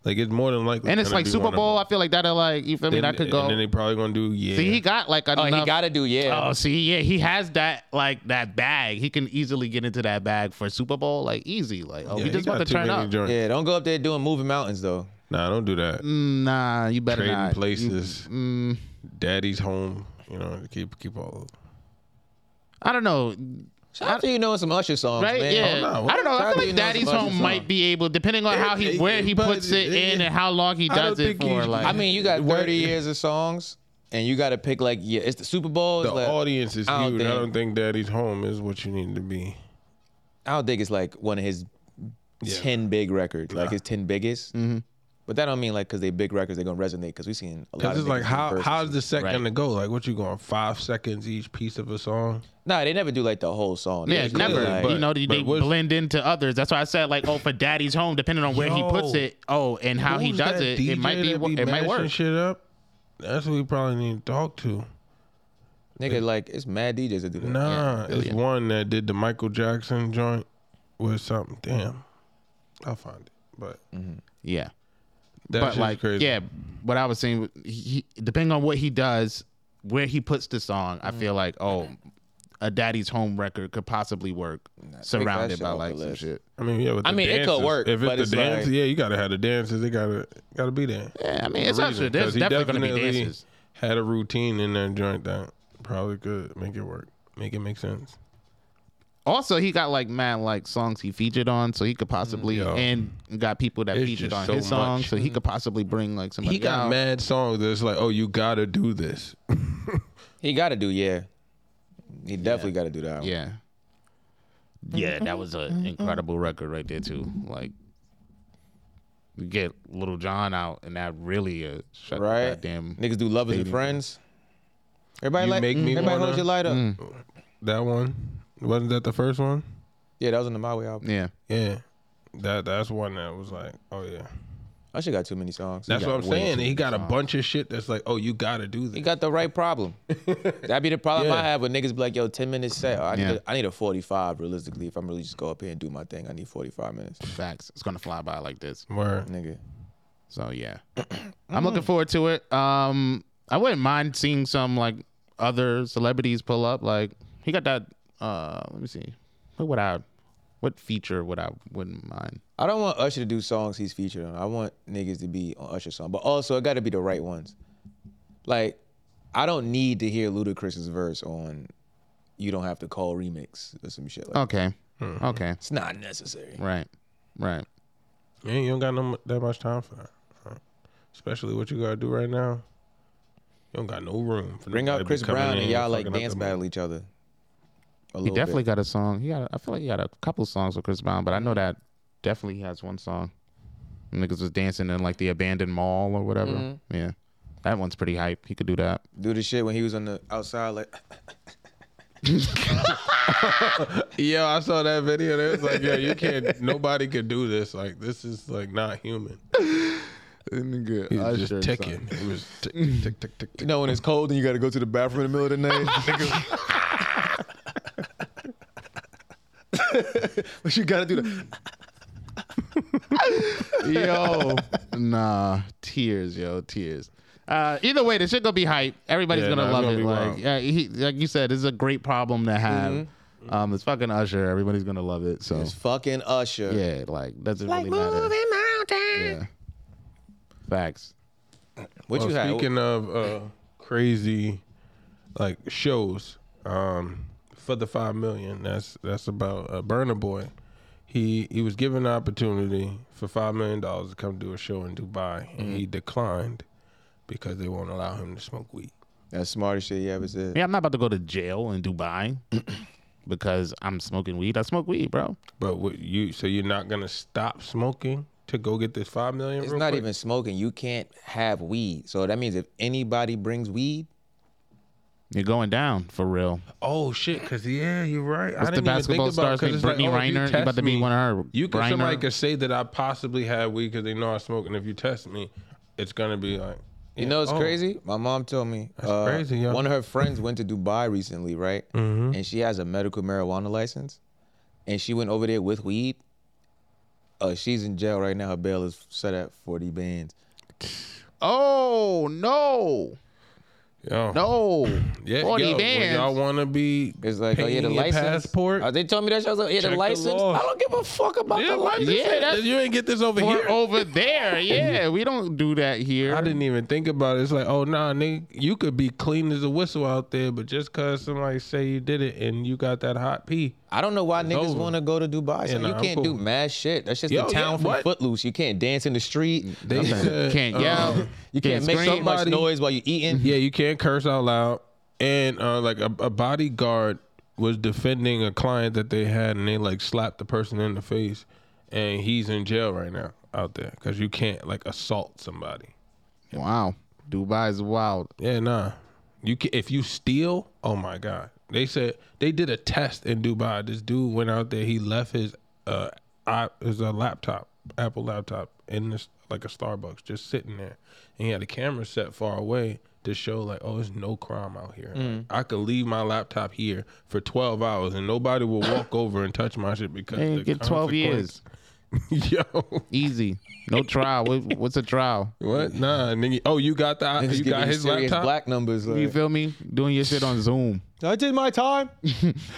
Like it's more than likely.
and it's
gonna
like
be
Super
one of
Bowl. I
them.
feel like that'll like you feel me. That could
And then
go.
they probably gonna do yeah.
See, he got like
Oh,
enough.
he got to do yeah.
Oh, see, yeah, he has that like that bag. He can easily get into that bag for Super Bowl, like easy. Like, oh,
yeah,
we just
got
want to
too
turn
many
up.
joints.
yeah. Don't go up there doing moving mountains though.
Nah, don't do that.
Mm, Nah, you better
Trading
not. Mm-hmm.
places. Mm-hmm. Daddy's home. You know, keep keep all.
I don't know,
Shout out to you knowing some Usher songs,
right?
man.
yeah,
no, what?
I don't know. I
Probably knows
feel like Daddy's
about your
Home
song.
might be able, depending on how he
It-
where
it-
he
but
puts it
it-
in and how long he
I don't
does it
think he-
for. Like,
I mean, you got 30
Thirty.
years of songs, and you got to pick like yeah, it's the Super Bowl.
The
it's like,
audience is
I don't
huge. I
think-
don't think Daddy's home is what you need to be.
I don't think it's like one of his
Yeah. Mm-hmm.
ten big records, like his ten biggest. But that don't mean like because they big records they're gonna resonate because we've seen a lot.
Because
of
it's like
niggas
how
do
how's
verses.
the set
Right.
gonna go? Like what you going five seconds each piece of a song?
Nah, they never do like the whole song. They
Yeah,
just do,
never.
like-
but-
you know, they, they
but what's-
blend into others. That's why I said like, oh, for Daddy's home, depending on where he puts
Yo,
it, oh, and how he
Who's
does
that
it,
DJ
it might be,
that
it might
mashing
work.
Shit up. That's what we probably need to talk to.
nigga, like it's mad DJs that do that.
Nah,
Yeah,
it's
yeah.
one that did the Michael Jackson joint with something. Damn, I'll find it. But
Yeah,
that's
Mm. but
like
like,
crazy.
yeah, what I was saying, he, depending on what he does, where he puts the song, I
Mm.
feel like, oh, a Daddy's home record could possibly work, surrounded
shit
by
off the
like some
list.
shit.
I mean, yeah. With the
I mean, it could
dances,
work,
If it's
but
the
it's
dance,
like-
yeah, you gotta have the dances. They gotta gotta be there.
Yeah, I mean,
For
it's
a
Usher.
reason,
There's
'cause he
definitely gonna be
definitely
dances.
Had a routine in that joint that probably could make it work, make it make sense.
Also, he got like mad like songs he featured on, so he could possibly
Mm, Yo.
and got people that
It's
featured
just
on
so
his songs,
much.
so he could possibly bring like somebody.
He got
out.
mad songs that's like, oh, you gotta do this.
He got to do yeah. He definitely got to do that. one.
Yeah. Yeah, that was an incredible record right there too. Like, you get Little John out, and that really uh, shut
right.
Damn.
niggas do lovers and friends. Everybody
You
like
make me
everybody hold
wanna- Mm.
your light up.
That one wasn't that the first one?
Yeah, that was in the My Way album.
Yeah.
Yeah, that that's one that was like, oh yeah.
I should got too many songs.
That's
he
what
got
I'm
way
saying.
too
He
many
got a
songs.
bunch of shit that's like, oh, you gotta do
He
this.
got the right
*laughs*
problem. That'd be the problem I
Yeah.
have with niggas be like, yo, 10 minutes set. Oh, I, need
Yeah.
a, I need a 45 realistically. If I'm really just go up here and do my thing, I need 45 minutes.
Facts. It's gonna fly by like this.
Word.
Nigga.
*clears throat*
So yeah, I'm
Mm-hmm.
looking forward to it. Um, I wouldn't mind seeing some like other celebrities pull up. Like he got that. Uh, let me see. What would I? What feature would I wouldn't mind?
I don't want Usher to do songs he's featured on. I want niggas to be on Usher song. But also it gotta be the right ones. Like, I don't need to hear Ludacris's verse on You Don't Have to Call Remix or some shit like that.
Okay.
Mm-hmm.
Okay.
It's not necessary.
Right. Right.
Yeah, you don't got no mu- that much time for that. Right. Especially what you gotta do right now. You don't got no room. For
Bring
nobody
out
to
Chris
be coming
Brown
in
and y'all like
fucking up
dance
the-
battle each other. A
He
little
definitely
bit.
got a song. He got. I feel like he got a couple songs with Chris Brown, but I know
Mm-hmm.
that definitely he has one song. Niggas was dancing in like the abandoned mall or whatever.
Mm-hmm.
Yeah, that one's pretty hype. He could do that.
do the shit when he was on the outside like *laughs*
Yo, I saw that video. They was like, yeah, you *laughs* can't. nobody could do this. Like, this is like not human.
Nigga,
It was just ticking. It was tick, tick, tick, tick,
You
tick.
know when it's cold and you got to go to the bathroom in the middle of the
*laughs*
night. Nigga. but you got to do that.
yo, *laughs* nah, tears, yo, tears. Uh, either way, this shit gonna be hype. Everybody's
Yeah,
gonna
nah, it's
love
gonna
it.
be
Like,
wild.
yeah, he, like you said, it's a great problem to have.
Mm-hmm.
Um, it's fucking Usher. Everybody's gonna love it. So
It's fucking Usher.
yeah, like doesn't really matter.
mountain.
Yeah. Facts.
What
Well,
you had?
Speaking of uh, crazy, like shows, um, for the five million, that's that's about uh, Burner Boy. He he was given the opportunity for five million dollars to come do a show in Dubai, and he declined because they won't allow him to smoke weed.
That's smartest shit you ever said.
Yeah, I'm not about to go to jail in Dubai *clears throat* because I'm smoking weed. I smoke weed, bro.
But what you so you're not gonna stop smoking to go get this five million?
It's
real
not
quick?
even smoking. You can't have weed. So that means if anybody brings weed,
You're going down for real.
Oh shit! Because yeah, you're right. I
What's the
didn't
basketball
even think about
star's name?
because
Brittany Griner? You about to be one of her-
You could somebody
Griner?
could say that I possibly had weed because they know I smoke, and if you test me, it's gonna be like
you know it's crazy. My mom told me uh,
Oh. crazy, yo. Mm-hmm.
one of her friends went to Dubai recently,
*laughs*
right? And she has a medical marijuana license, and she went over there with weed. Uh, she's in jail right now. Her bail is set at forty bands.
Oh no,
Yo,
no, *clears throat*
yeah,
forty
yo, when
bands.
y'all want to be?
It's like, oh yeah, the
paying your
license.
passport.
Oh, they told me that shit. I was like, yeah,
Check
the
the
license.
law.
I don't give a fuck about
yeah,
the
like
license.
this
Yeah,
shit.
that's-
you ain't get this over
Or
here.
over
*laughs*
there, yeah, we don't do that here.
I didn't even think about it. It's like, oh nah, nigga, you could be clean as a whistle out there, but just cause somebody say you did it and you got that hot pee,
I don't know why niggas
over.
want to go to Dubai. So
Yeah, nah,
you
I'm
can't do
cool.
mad shit. That's just
Yo,
the
yeah,
town from
what?
Footloose. You can't dance in the street.
they said,
can't
uh,
yell.
You can't make so
scream.
much
Somebody-
noise while you eating.
Yeah, you can't curse out loud. And uh, like a, a bodyguard was defending a client that they had, and they like slapped the person in the face, and he's in jail right now out there because you can't like assault somebody.
Wow, Dubai is wild.
Yeah, nah. You can, if you steal, oh my god. They said they did a test in Dubai. This dude went out there. He left his uh i- his uh, laptop, Apple laptop, in this like a Starbucks, just sitting there, and he had a camera set far away to show like, oh, there's no crime out here. I could leave my laptop here for 12 hours and nobody will walk over and touch my shit because
Hey,
the
get 12 years.
consequence- *laughs* Yo,
Easy, no trial. What, what's
*laughs*
a trial?
what? Nah, nigga. Oh, you got the
Niggas
you
giving
got his
serious
laptop.
black numbers. Like,
You feel me? Doing your shit on Zoom.
I did my *laughs* time.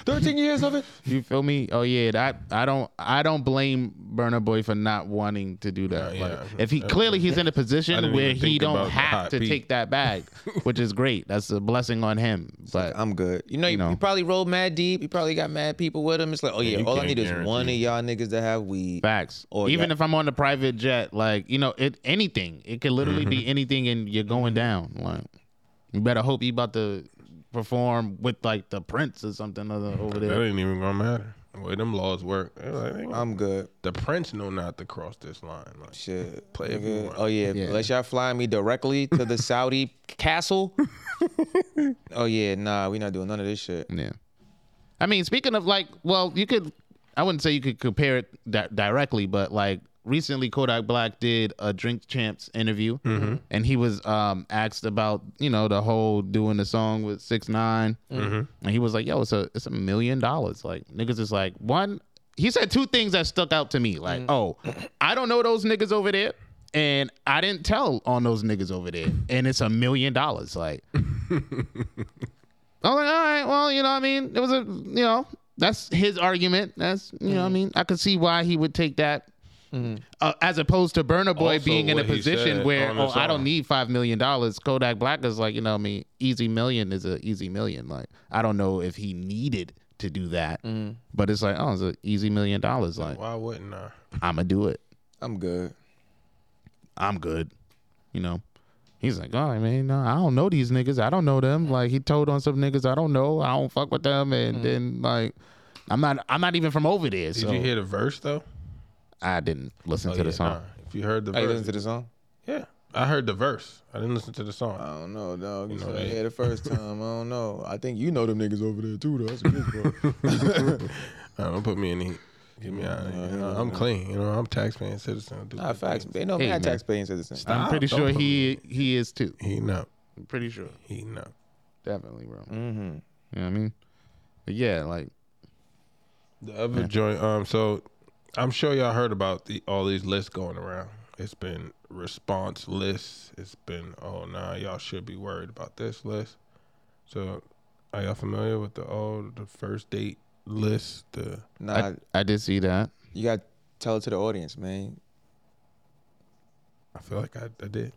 Thirteen years of it.
You feel me? Oh yeah, that I don't I don't blame Burner Boy for not wanting to do that.
Yeah,
Like,
yeah.
if he clearly he's in a
I
position
didn't
where
even
he
think about
don't
the
have
hot
to
beat.
take that bag, which is great. That's a blessing on
*laughs*
him. But
I'm good. You know, you,
know.
you probably rolled mad deep. You probably got mad people with him. It's like, oh yeah,
you
all I
can't
need is one of
guarantee.
y'all niggas that have weed.
facts.
Oh,
Even
yeah.
if I'm on a private jet, like you know, it anything. It could literally be anything, and you're going down. Like you better hope you about to perform with like the prince or something other over
That
there.
ain't even gonna matter. The way them laws work. They're like, they-
I'm good.
the prince know not to cross this line. Like,
Shit.
Play if
Nigga,
you want.
Oh yeah.
Yeah.
Unless y'all flying me directly to the Saudi castle. oh yeah, nah, we not doing none of this shit.
Yeah. I mean, speaking of like, well, you could, I wouldn't say you could compare it di- directly, but like recently Kodak Black did a Drink Champs interview, and he was um asked about you know the whole doing the song with 6 9 and he was like, "Yo, it's a it's a million dollars." Like niggas is like one. He said two things that stuck out to me. Like, oh, I don't know those niggas over there. And I didn't tell on those niggas over there, and it's a million dollars. Like, I was like, all right, well, you know what I mean? It was a, you know, that's his argument. That's, you
Mm-hmm.
know what I mean? I could see why he would take that. Uh, as opposed to Burner Boy
Also
being in a
what he
position
said
where,
on
oh,
his
I don't
own.
need $5 million. Kodak Black is like, you know what I mean? Easy million is a easy million. Like, I don't know if he needed to do that,
Mm-hmm.
but it's like, oh, it's an easy million dollars. Like,
why wouldn't I?
I'm going to do it.
I'm good.
I'm good. You know, he's like, all right, man. No, I don't know these niggas. I don't know them. Like he told on some niggas I don't know. I don't fuck with them. And then like, I'm not. I'm not even from over there.
Did
So
you hear the verse though?
I didn't listen
Oh,
to the
yeah,
song.
nah. If you heard the
I
verse,
listen to the song.
yeah, I heard the verse. I didn't listen to the song.
I don't know, dog. You
know
said
that.
yeah, the *laughs* first time. I don't know. I think you know them niggas over there too, though. That's what *laughs* it is, bro.
Uh, don't put me in heat. Get me out. Of here. You know, I'm clean. You know, I'm taxpaying citizen. I'll do
nah,
good
facts.
things.
They know
Hey,
mad
man.
taxpaying citizens.
I'm
Stop,
pretty
don't
sure
put
he he is too.
He no.
I'm pretty sure.
He no.
Definitely, bro. Mm-hmm. You know what I mean? But yeah, like
The other joint. Um. So, I'm sure y'all heard about the all these lists going around. It's been response lists. It's been oh nah, y'all should be worried about this list. So, are y'all familiar with the oh the first date list? The
Nah,
I did see that.
you got to tell it to the audience, man.
I feel like I, I did.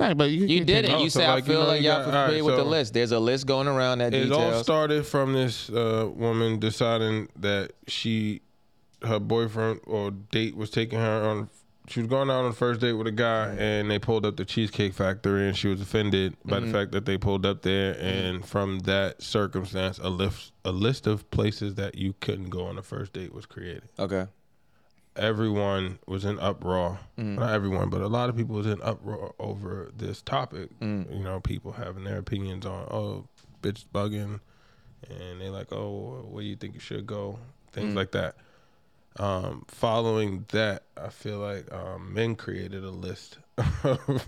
Right, but you,
You did it.
Oh,
you
so,
say
like,
I
you
feel
know,
like
you
y'all
got-
familiar
all right,
with the
so-
list. There's a list going around that
It all
details.
started from this uh, woman deciding that she, her boyfriend or date was taking her on. She was going out on a first date with a guy, and they pulled up the Cheesecake Factory, and she was offended by the fact that they pulled up there. And from that circumstance, a list a list of places that you couldn't go on a first date was created.
okay.
Everyone was in uproar. Not everyone, but a lot of people was in uproar over this topic. You know, people having their opinions on, oh, bitch bugging and they like, oh, where you think you should go, things like that. Um, following that, I feel like um, men created a list, *laughs* of-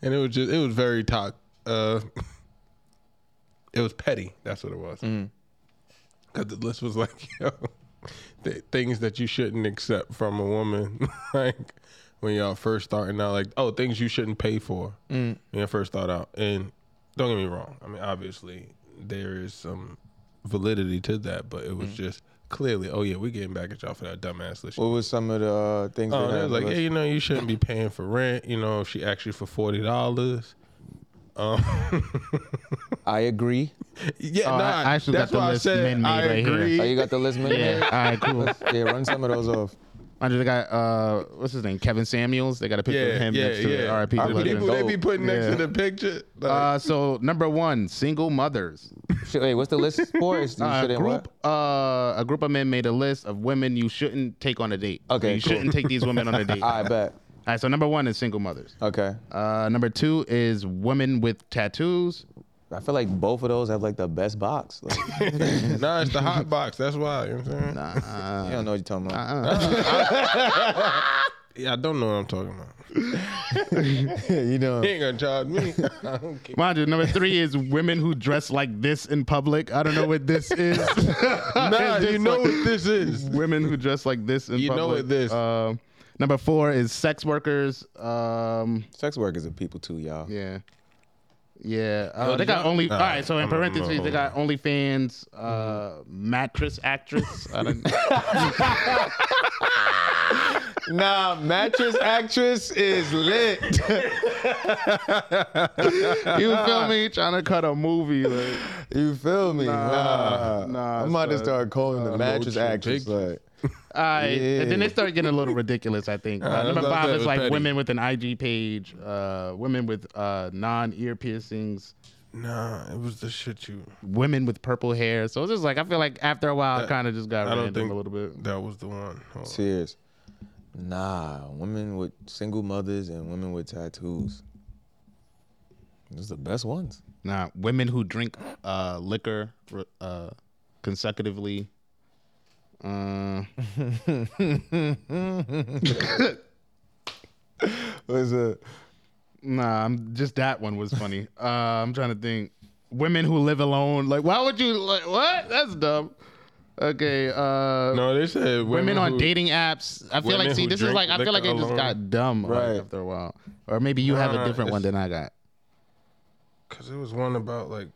and it was just it was very talk. Uh, *laughs* it was petty. That's what it was. Cause the list was like, *laughs* yo, th- things that you shouldn't accept from a woman, *laughs* like when y'all first starting out, like oh, things you shouldn't pay for when you first start out. And don't get me wrong, I mean obviously there is some validity to that, but it was just clearly, oh yeah, we getting back at y'all for that dumbass list.
What was some of the uh, things?
Oh,
that
they
happened?
was like, yeah, you know, you shouldn't be paying for rent. You know, if she asked you for forty dollars. Um,
I agree.
*laughs* Yeah,
Oh, I-
nah,
I actually got
that's
the
why I
list
said
men made
I
right here.
agree.
Oh, you got the list, man.
Yeah. All right.
*laughs*
Cool.
yeah, run some of those off.
I just got uh, what's his name? Kevin Samuels. They got a picture of him next to the RIP.
The
legend.
people they be putting next
Yeah.
to the picture. Like,
Uh, so number one, single mothers.
Shit, wait, what's the list? Sports. You
Uh, a
shouldn't
group, uh, a group of men made a list of women you shouldn't take on a date.
Okay,
you
cool.
shouldn't take these women on a date.
What? I bet.
All right, so number one is single mothers.
Okay.
Uh, number two is women with tattoos.
I feel like both of those have like the best box. *laughs* Like,
*laughs*
you
nah, it's the hot box. That's why. You know what I'm saying?
Uh,
don't know what you're talking about.
Yeah, I don't know what I'm talking about.
you know.
He ain't gonna charge
*laughs*
me. I don't care.
mind you, number three is women who dress like this in public. I don't know what this is.
Nah, you know what this
*laughs*
is.
women who dress like this in
You
public.
know what this-
Um, number four is sex workers. Um,
Sex workers are people too, y'all.
yeah, yeah. Uh,
Yo,
they
did
got
y'all-
only.
Nah,
all right, so in
I'm- I'm-
parentheses, they got OnlyFans, uh, mattress actress. *laughs* I don't know.
Nah, mattress actress is lit.
you feel me? Trying to cut a movie. Like.
*laughs* You feel me?
Nah,
Nah,
nah,
I'm about to
son.
start calling the mattress
your
actress.
pictures.
Like,
All right, and
Yeah.
then they started getting a little ridiculous. I think Uh,
that's
number
what I
five
said, it
is
was
like
petty.
women with an IG page, uh, women with uh, non-ear piercings,
Nah, it was the shit you.
women with purple hair. So it's just like I feel like after a while, it
That-
kind of just got
I
random
don't think
a little bit.
That was the one. Hold on.
serious. Nah, women with single mothers and women with tattoos. Those are the best ones.
Nah, women who drink uh, liquor uh, consecutively. Uh, *laughs*
What's up?
nah, I'm just that one was funny. Uh, I'm trying to think. Women who live alone. Like, why would you? Like, what? That's dumb. Okay. Uh,
No, they said
women on
who-
dating apps. I feel like
women
see,
who
this is
drink
like I feel like it
liquor
just got
alone.
dumb like,
Right.
after a while, or maybe you have a
Nah,
different one
it's-
than I got.
Cause it was one about like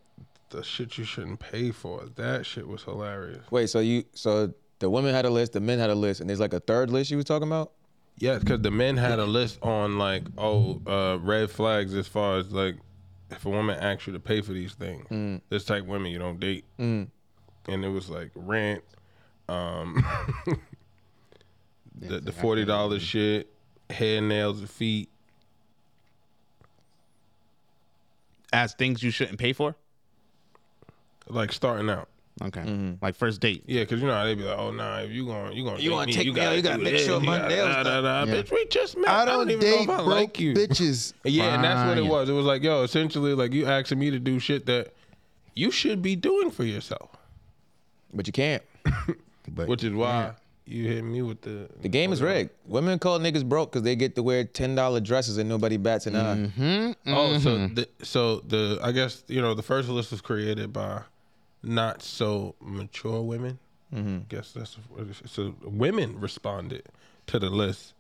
the shit you shouldn't pay for. That shit was hilarious.
Wait, so you so the women had a list, the men had a list, and there's like a third list you was talking about?
Yeah, because the men had a list on like oh uh, red flags as far as like if a woman asks you to pay for these things, this type of women you don't date, and it was like rent, um, *laughs* the, the forty dollars shit, hair, nails, and feet.
As things you shouldn't pay for.
Like starting out,
Okay,
Mm-hmm.
like first date.
yeah, because you know how they be like, oh nah, if you going you going you
wanna take me out, you gotta make sure my nails
da, da, da, bitch, we just met.
I don't,
even
date
know if I
broke
like you.
bitches.
*laughs* Yeah, and that's what it
Fine.
was. It was like, yo, essentially, like you asking me to do shit that you should be doing for yourself,
But you can't.
But
which is why you hit me with the.
The game is rigged. Women call niggas broke because they get to wear ten dollar dresses and nobody bats an eye.
Oh, so the, so the I guess you know the first list was created by not so mature women. I guess that's so women responded to the list.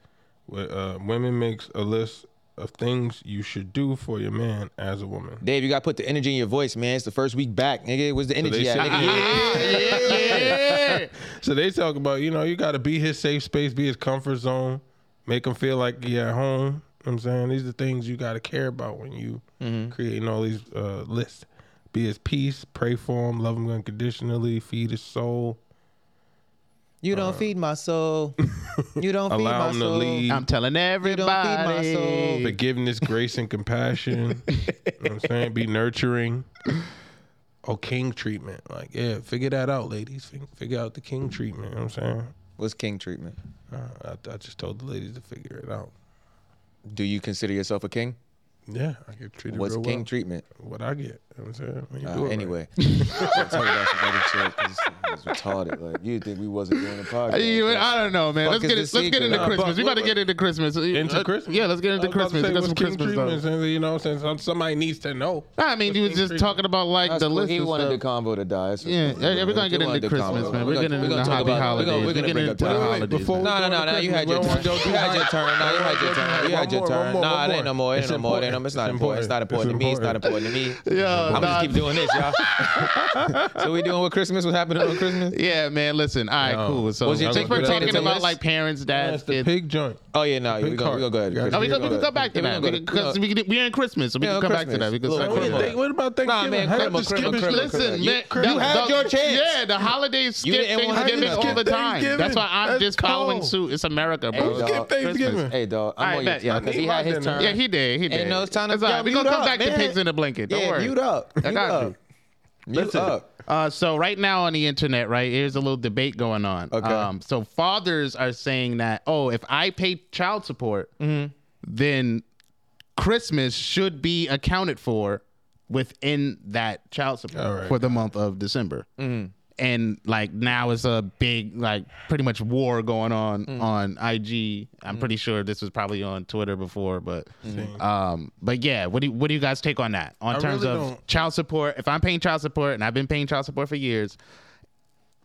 Where, uh, women makes a list of things you should do for your man as a woman.
Dave, you gotta put the energy in your voice, man. It's the first week back, nigga. Where's the energy
said-
at, nigga?
yeah,
So they talk about, you know, you got to be his safe space, be his comfort zone, make him feel like he at home. know what I'm saying these are the things you got to care about when you
Mm-hmm.
creating all these uh, lists. Be his peace, pray for him, love him unconditionally, feed his soul,
You don't feed my soul. You don't feed
allow
my
him to
soul.
lead,
I'm telling
feed my
everybody.
soul.
forgiveness, grace, and compassion. you know what I'm saying? Be nurturing. Oh, king treatment. Like, yeah, figure that out, ladies. Fig- Figure out the king treatment. You know what I'm saying?
What's king treatment?
Uh, I, I just told the ladies to figure it out.
Do you consider yourself a king?
Yeah, I get treated
What's
real
king
well.
treatment?
what I get. You know what I'm saying? When you
Uh,
do it right.
anyway, I'm talking about some other shit. 'cause It's retarded. Like you think we wasn't doing the
I
podcast?
I don't know, man.
Fuck
Let's
is
get
the
it, let's get
secret? Uh,
into
Nah,
Christmas.
fuck,
We about to
what-
get into Christmas.
into
Uh,
Christmas.
Yeah, let's get into
I was about to
Christmas.
say,
We got
what's
some
king
Christmas
treatment?
stuff.
You know, since some- somebody needs to know.
I mean, he was
king
just
treatment?
talking about like
That's
the
cool.
list.
He
and
wanted
stuff.
the combo to die. That's cool.
Yeah, yeah, we're gonna
He
get
wanted
into
the combo.
Christmas, man. We're
gonna-
getting
we're
into
gonna
the
talk
happy
about- we're
holidays.
gonna-
We're
We're gonna
getting
bring
into
up the
the
holidays.
holidays.
Before we
No, no, no,
go to
no. You
Christmas,
had your
we
turn.
don't wanna go
You
through-
had your turn. No, you had your turn. You had your
One more, one
turn.
more,
Nah,
one
it ain't no more. It ain't
It's
no more. It ain't no.
important.
It's not
It's
important. It's not important
important.
to me. It's not important to me.
Yeah,
I'm
nah.
just keep doing this, y'all. so we doing what Christmas? What happening on Christmas?
Yeah, man. Listen, all right,
No.
cool. So
Was your
chicken
since we're
potato
talking about
list?
like parents, dads,
That's the
kids.
pig joint.
Oh yeah, no,
Big
we gonna we
card.
gonna go ahead. to
Yeah,
Christmas.
Oh,
No, we can, we can
go
come back to
yeah,
that
we gonna go
because
to-
we can, we're in Christmas, so we
Yeah,
can come back to
Christmas.
that. We can
Look,
start
what
What,
do
do
you
you
talking
Criminal. Nah,
think, what about
about
Thanksgiving?
man,
How
criminal,
did this
criminal,
give us-
criminal,
Listen,
You-
man,
you
the-
had
the-
your chance.
Yeah, the holidays
You
skip
didn't wanna
Thanksgiving
skip
all the time.
Thanksgiving.
That's why I'm
That's
just following
cold.
suit. It's America, bro.
Hey, dog. skip Thanksgiving.
Hey dog,
All
I'm on
right,
your
bet.
yeah, because he
I
had
need
his
my
turn.
dinner.
Yeah, he did. He did.
Ain't no time to-
That's all
Yo,
right. We're
mute
gonna come
up,
back to
man.
pigs in a blanket. Don't
Yeah,
worry.
mute up.
I
Mute
got
up.
you.
Mute
Listen.
up.
Uh, so right now on the internet, right, here's a little debate going on. Um,
Okay.
so fathers are saying that, oh, if I pay child support,
Mm-hmm.
then Christmas should be accounted for within that child support
All right. Mm-hmm.
for the month of December. And like now it's a big, like pretty much war going on
Mm.
on IG. I'm pretty sure this was probably on Twitter before, but um, but yeah, what do you, what do you guys take on that on
I
terms
really
of
don't-
child support? If I'm paying child support and I've been paying child support for years,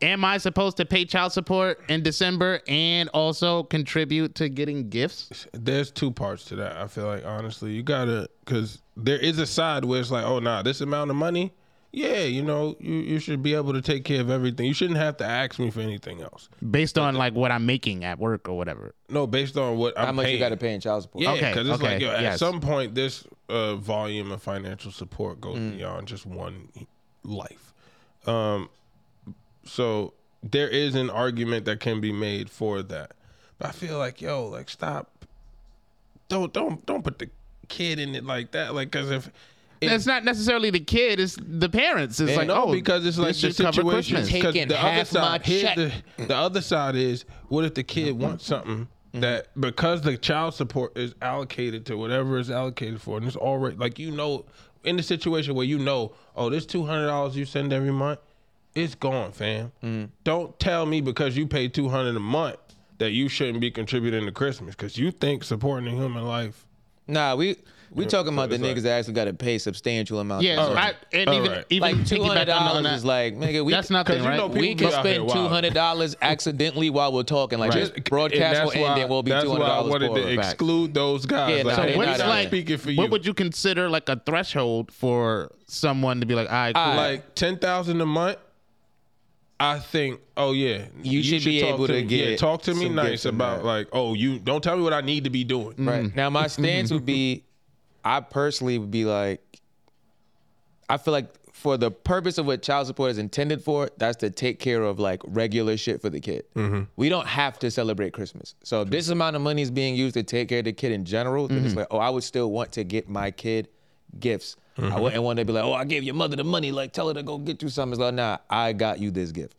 am I supposed to pay child support in December and also contribute to getting gifts?
There's two parts to that. I feel like honestly, you gotta because there is a side where it's like, oh nah, this amount of money, yeah, you know, you, you should be able to take care of everything. You shouldn't have to ask me for anything else.
Based on like what I'm making at work or whatever.
No, based on what I'm
How much
paying.
you got to pay in child support?
Yeah,
Okay,
because it's
okay,
like yo, at
yes.
some point, this uh, volume of financial support goes
Mm.
beyond just one life. Um, so there is an argument that can be made for that, but I feel like yo, like stop, don't don't don't put the kid in it like that, like because if
And it's not necessarily the kid; it's the parents. It's like
no,
oh,
because it's like
this
the
should cover
situation.
Christmas.
Because
Taking
the other
half my
side, here's
check.
the, the other side is what if the kid
Mm-hmm.
wants something that because the child support is allocated to whatever is allocated for, and it's already like you know in the situation where you know, oh, this two hundred dollars you send every month, it's gone, fam.
Mm.
Don't tell me because you pay two hundred a month that you shouldn't be contributing to Christmas because you think supporting a human life.
Nah, we we talking about the
it's like-
niggas that actually got to pay substantial amounts.
Yeah,
of
so
money.
I, and
All
even
right.
even
like two
thinking
hundred
back on
dollars
that,
is like nigga, we
that's nothing,
'cause you
right?
know people
we can
be out here
spend two
wild.
hundred dollars accidentally while we're talking. Like
Just-
this broadcast
and
will
that's
end,
why-
and we'll be
that's
two hundred
why I
dollars
wanted
for
to
it back.
exclude those guys.
Yeah, nah,
like,
they
we're
not
not
out here.
speaking for you.
What would you consider like a threshold for someone to be like, all right, cool.
All right.
Ah, like ten thousand a month, I think. Oh yeah,
You should be
talk
able to
me-
get
Yeah, talk to me
some gifts
nice
from
about
that.
like, oh, you don't tell me what I need to be doing.
Right. Now my stance would be I personally would be like I feel like for the purpose of what child support is intended for, that's to take care of like regular shit for the kid. We don't have to celebrate Christmas. So if this amount of money is being used to take care of the kid in general, then it's like, oh, I would still want to get my kid gifts. I wouldn't want to be like, oh, I gave your mother the money, like tell her to go get you something. It's like, nah, I got you this gift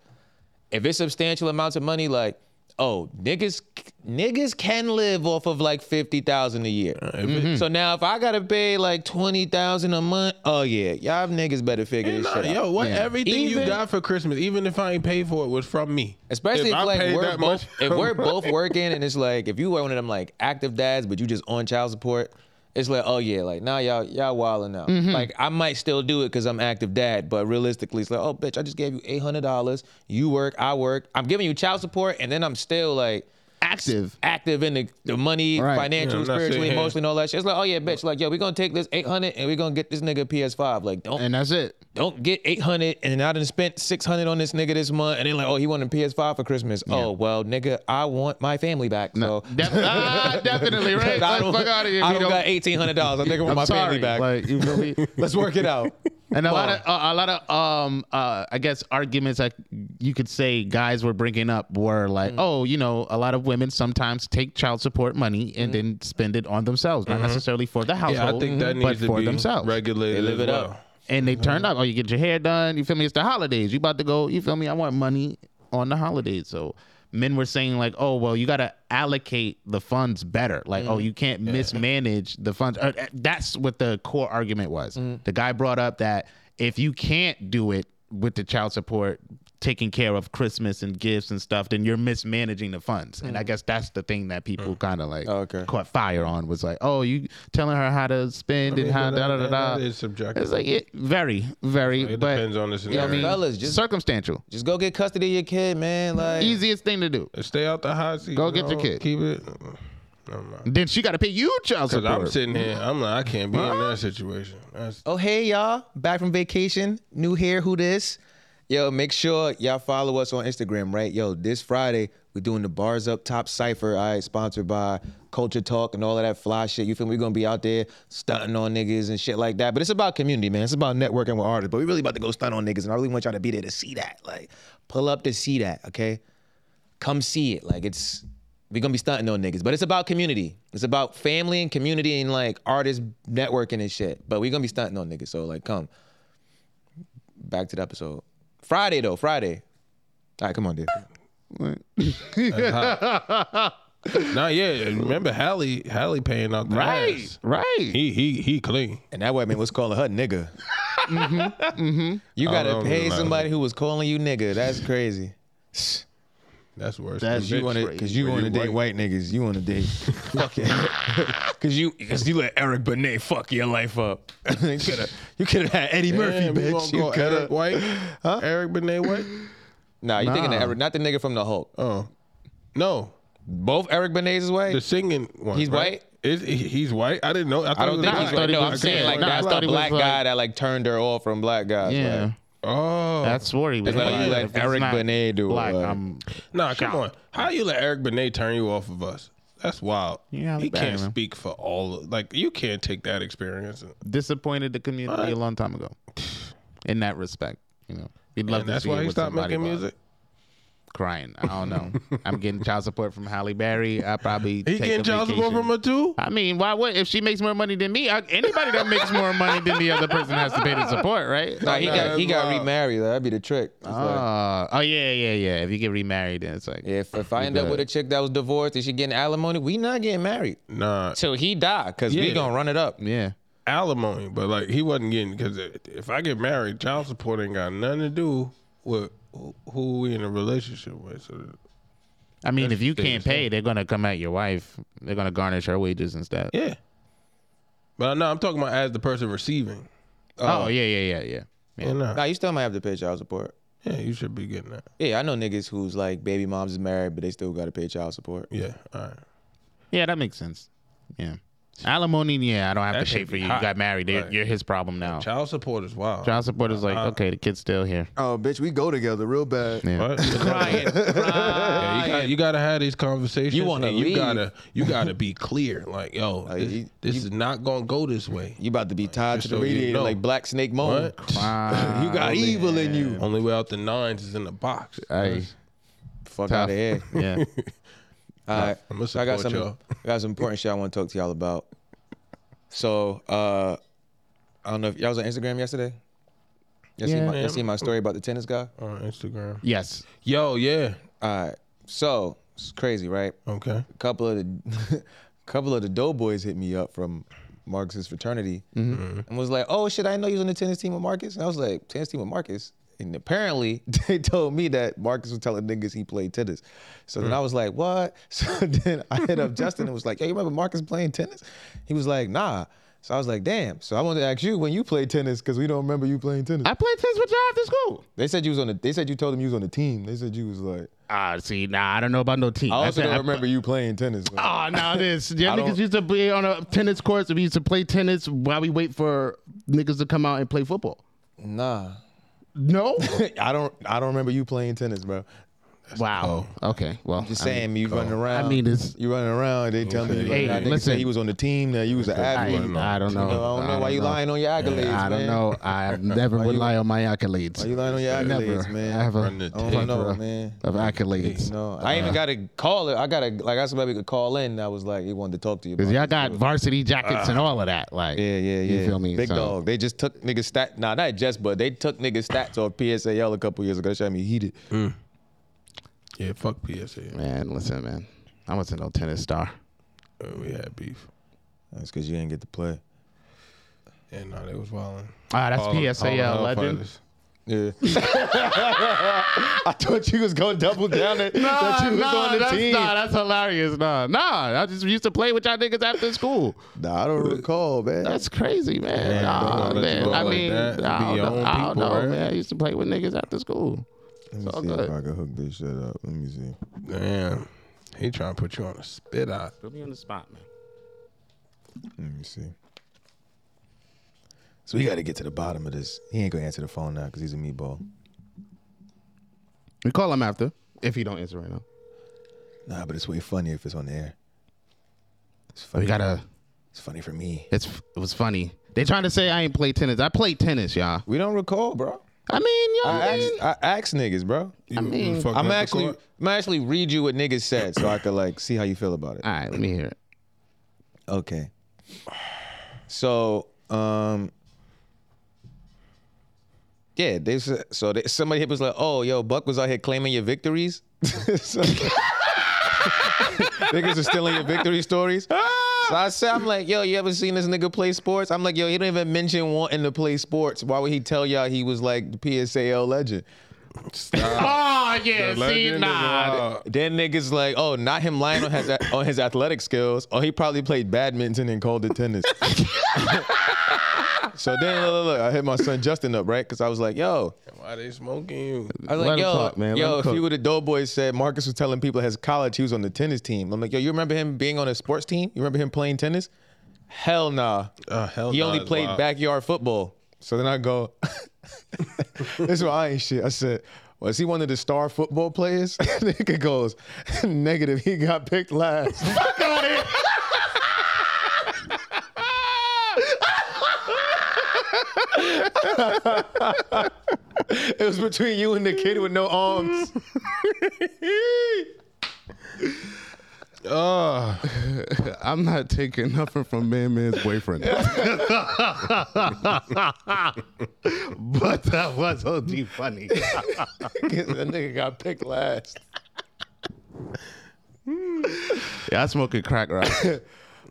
if it's substantial amounts of money, like, oh, niggas, niggas can live off of like fifty thousand a year.
Hmm.
So now, if I gotta pay like twenty thousand a month, oh yeah, y'all niggas better figure this
Nah,
shit out.
yo, what everything
Even-
you got for Christmas, even if I ain't paid for it, was from me.
Especially if,
I
like
paid
we're
that
both
much
if
from-
we're both working and it's like if you were one of them like active dads but you just on child support, it's like oh yeah like now y'all y'all wilding out.
Mm-hmm.
Like I might still do it because I'm active dad, but realistically it's like oh bitch I just gave you eight hundred dollars. You work, I work. I'm giving you child support and then I'm still like
active.
active in the, the money,
Right.
financial,
Yeah, I'm not
spiritually,
sitting here.
emotionally, and all that shit. It's like, oh yeah, bitch, like yo, we gonna take this eight hundred and we gonna get this nigga a PS5. Like, don't
And that's it.
don't get eight hundred and I done spent six hundred on this nigga this month, and then like, oh, he wanted a PS5 for Christmas. Oh well, nigga, I want my family back.
*laughs*
So *laughs*
Def- ah, definitely, right?
I
Like,
don't,
fuck out of here.
I
we
don't, got eighteen hundred dollars. I'm nigga want
I'm
my
sorry.
family back.
Like, you feel me?
*laughs* Let's work it
*laughs*
out.
And a lot of uh, a lot of um uh I guess arguments that you could say guys were bringing up were like oh you know a lot of women sometimes take child support money and then spend it on themselves not necessarily for the household
Yeah, I think
Mm-hmm.
that
but
needs to
for
be
themselves
regulated.
They live
as
it up.
well.
and they turned up oh you get your hair done you feel me it's the holidays you about to go you feel me I want money on the holidays so men were saying like oh well you got to allocate the funds better like oh you
Mm.
can't mismanage the funds Uh, uh, that's what the core argument was
Mm.
the guy brought up that if you can't do it with the child support taking care of christmas and gifts and stuff then you're mismanaging the funds
Mm.
and i guess that's the thing that people kind of like
Oh,
Okay.
caught fire on was like oh you telling her how to spend and how
And
da da da
that-
da
that is subjective.
it's like it very, very,
it
but
depends on the
Yo,
scenario.
fellas, just
circumstantial.
just go get custody of your kid, man. Like
Easiest thing to do.
Stay out the hot seat.
Go get
No,
your kid.
Keep it. Never mind.
Then she got to pay you child
Cause
support.
I'm sitting here, I'm like, I can't be in that situation. That's,
Oh hey y'all, back from vacation, new hair, who this? Yo, make sure y'all follow us on Instagram, right? Yo, this Friday we're doing the Bars Up Top Cipher. All right, sponsored by Culture Talk and all of that fly shit. You feel me? We're gonna be out there stunting on niggas and shit like that. But it's about community, man. It's about networking with artists. But we really about to go stunt on niggas, and I really want y'all to be there to see that. Like, pull up to see that, okay? come see it. Like it's we gonna be stunting on niggas, but it's about community. It's about family and community and like artist networking and shit. But we gonna be stunting on niggas, so like come. Back to the episode. Friday though, Friday. All right, come on, dude.
nah, yeah. Remember Hallie? Hallie paying out the
right,
ass.
right.
He he he clean.
And that white man was calling her nigga. Mm-hmm, You gotta
don't know
pay
about
somebody who was calling you nigga. That's crazy.
That's worse.
That's-
than
You wanna,
crazy.
cause you
Were
wanna
you
date white niggas. You wanna date, fuck it. *laughs* cause you, cause you let Eric Benet fuck your life up. *laughs* you coulda, you coulda had Eddie Murphy,
Damn, you
bitch.
gonna
You,
go
coulda. *laughs*
Eric White, Eric Benet White.
Nah, you thinking of
Nah.
Eric, not the nigga from the Hulk.
Oh, no,
Both Eric Benet's is white.
the singing one.
He's
right?
white?
Is he- he's white? I didn't know. I, thought
I don't
it was
think
a
he's
I
guy.
white.
thought he
No,
was
I'm saying
gay.
like
Nah, I
that's
thought
the
he was
black
like-
guy that like turned her off from black guys.
Yeah,
Like,
Oh,
that's what he was.
It's like you let
If it's
Eric
not
Benet do it,
Black,
like-
I'm
Nah, come on. How you let Eric Benet turn you off of us? That's wild.
Yeah,
he
look back,
can't
man.
speak for all. Of, like you can't take that experience.
disappointed the community
Alright.
a long time ago. *sighs* In that respect, you know, we'd love
And
to
that's
see it
why he
with
stopped
somebody,
making
but
music.
Crying. I
*laughs*
don't know. I'm getting child support from Halle Berry. I probably
He
take a
getting child support
vacation.
from her too.
I mean, why would if she makes more money than me? I, anybody that makes more money than the other person has to pay the
*laughs*
support, right?
nah, he
Nah,
got
that's
he got
wild.
remarried. That'd be the trick. It's like,
Uh, oh yeah, yeah, yeah. If you get remarried, then it's like
if if I end up with a chick that was divorced and she getting alimony, we not getting married
Nah,
till he die, cause we
Yeah.
gonna run it up.
yeah.
alimony, but like he wasn't getting because if I get married, child support ain't got nothing to do with who- who we in a relationship with. So
I mean, if you can't
dangerous,
pay, they're gonna come at your wife. They're gonna garnish her wages and stuff.
yeah, but no, I'm talking about as the person receiving.
Oh yeah, yeah, yeah, yeah.
Yeah,
yeah.
nah.
Nah, you still might have to pay child support.
yeah, you should be getting that.
Yeah, I know niggas who's like baby moms is married, but they still gotta pay child support.
Yeah, all right.
Yeah, that makes sense. Yeah, alimony. Yeah, I don't have
That
to pay
should
for
be
you.
hot.
You got married. They're-
Right.
You're his problem now.
Child support is wild.
Child support is like okay, the kid's still here.
Oh, bitch, we go together real bad.
Yeah.
*laughs*
What? Yeah, you, got, you gotta have these conversations.
You wanna
and you
leave.
gotta
*laughs*
you gotta be clear. Like, yo, this,
you-
this is not gonna go this way.
You about to be tied to
just
the
so you
radiator
know.
like Black Snake Moan.
What? *laughs*
Wow.
You got evil in you.
Only way out the nines is in the box.
Hey.
Fuck
Tough.
out of here.
Yeah.
All right.
I'ma
So I got some
support y'all.
I got some important shit I want to talk to y'all about. So uh I don't know if y'all was on Instagram yesterday. Y'all see,
Yeah.
my, y'all see my story about the tennis guy?
On Instagram.
yes.
Yo, yeah.
All right. So it's crazy, right?
Okay.
A couple of the *laughs* couple of the doughboys hit me up from Marcus's fraternity and was like, oh shit, I didn't know you was on the tennis team with Marcus. And I was like, tennis team with Marcus. And apparently *laughs* they told me that Marcus was telling niggas he played tennis. So then I was like, *laughs* what? So then I hit up Justin and was like, yo, you remember Marcus playing tennis? He was like, nah. So I was like, damn. So I wanted to ask you when you played tennis because we don't remember you playing tennis.
I played tennis with Jive to school.
they said you was on the. They said you told them you was on the team. They said you was like.
Ah, see, nah, I don't know about no team.
I also
said
don't
I-
remember you playing tennis. like,
Oh, now this. Yeah,
don't-
niggas used to be on a tennis courts. We used to play tennis while we wait for niggas to come out and play football.
nah.
No.
*laughs* I don't. I don't remember you playing tennis, bro.
wow. Okay. Well,
Just
I mean-
saying, Oh. you running around.
I mean, it's-
you running around. They tell me. you
Hey,
running around. They
listen.
say he was on the team. Now you was an
I,
athlete.
don't know.
I don't know.
You know, I don't know why you lying on your accolades,
I don't
man.
know. I never would lie on my accolades.
Why you lying on your
Never.
accolades, man?
I have a
Run the
I don't
tape,
know,
plethora
man. *laughs*
of accolades.
No, I ain't even got to call it. I got to like I said, maybe could call in. I was like, he wanted to talk to you. About
Cause y'all got varsity jackets and all of that. Like,
Yeah, yeah, yeah.
You feel me?
Big
So-
dog. They just took niggas stat. Nah, not just, but they took niggas stats off PSAL a couple years ago. That shit had me heated.
Yeah, fuck PSA.
Man, listen, man. I wasn't no tennis star.
Uh, we had beef.
That's because you didn't get to play.
And no, they was wilding.
Ah, that's
All-
PSAL
all the
legend.
Hellfighters.
Yeah. *laughs* I thought you was gonna double down it. that you was on the
that's,
team.
Nah, that's hilarious. Nah, nah. I just used to play with y'all niggas after school.
Nah, I don't recall, man.
That's crazy, man. nah,
don't let you
man.
go
I
like
mean,
that.
I
Be
don't,
your
know-
own
I don't
people,
know,
right?
man. I used to play with niggas after school.
Let
all see if good. I
can hook this shit up. Let me see.
Damn. He trying to put you on a spit out.
Put me on the spot, man.
Let me see. So we got to get to the bottom of this. He ain't gonna answer the phone now because he's a meatball.
We call him after if he don't answer right now.
Nah, but it's way funnier if it's on the air. It's funny.
We gotta.
It's funny for me.
It's it was funny. They trying to say I ain't play tennis. I played tennis, y'all.
We don't recall, bro.
I mean, yo,
I
I,
asked, I asked niggas, bro.
You, I
mean-
fucking up
I'm
the
actually,
court?
I'm actually read you what niggas said so I could like see how you feel about it.
all right. Let me hear it.
Okay. So, um, yeah, they s- so they, somebody hit was like, "Oh, yo, Buck was out here claiming your victories." *laughs* So- Niggas are stealing your victory stories. So I said, I'm like, yo, you ever seen this nigga play sports? I'm like, yo, he didn't even mention wanting to play sports. Why would he tell y'all he was like the PSAL legend?
Stop.
Oh yeah,
The legend
*laughs* see,
is
nah.
wild.
Then niggas like, oh, not him lying on his on his athletic skills. Oh, he probably played badminton and called it tennis. *laughs* so then, look, look, look, I hit my son Justin up, right? Because I was like, yo,
Why they smoking you?
I was
Let
like,
him
yo,
talk, man. Let him
yo, if
cook.
you were the Doughboy said Marcus was telling people at his college he was on the tennis team. I'm like, yo, you remember him being on a sports team? You remember him playing tennis? Hell nah.
Uh, hell
He
nah,
only
it's
played
wild.
backyard football. So then I go, *laughs* this is why I ain't shit. I said, was he one of the star football players? *laughs* Nigga goes, *laughs* negative. He got picked *laughs* last. it was between you and the kid with no arms. *laughs*
Oh,
I'm not taking nothing from Man Man's *laughs* boyfriend. but that was OD funny.
that nigga got picked last.
yeah, I smoking crack *laughs* rocks.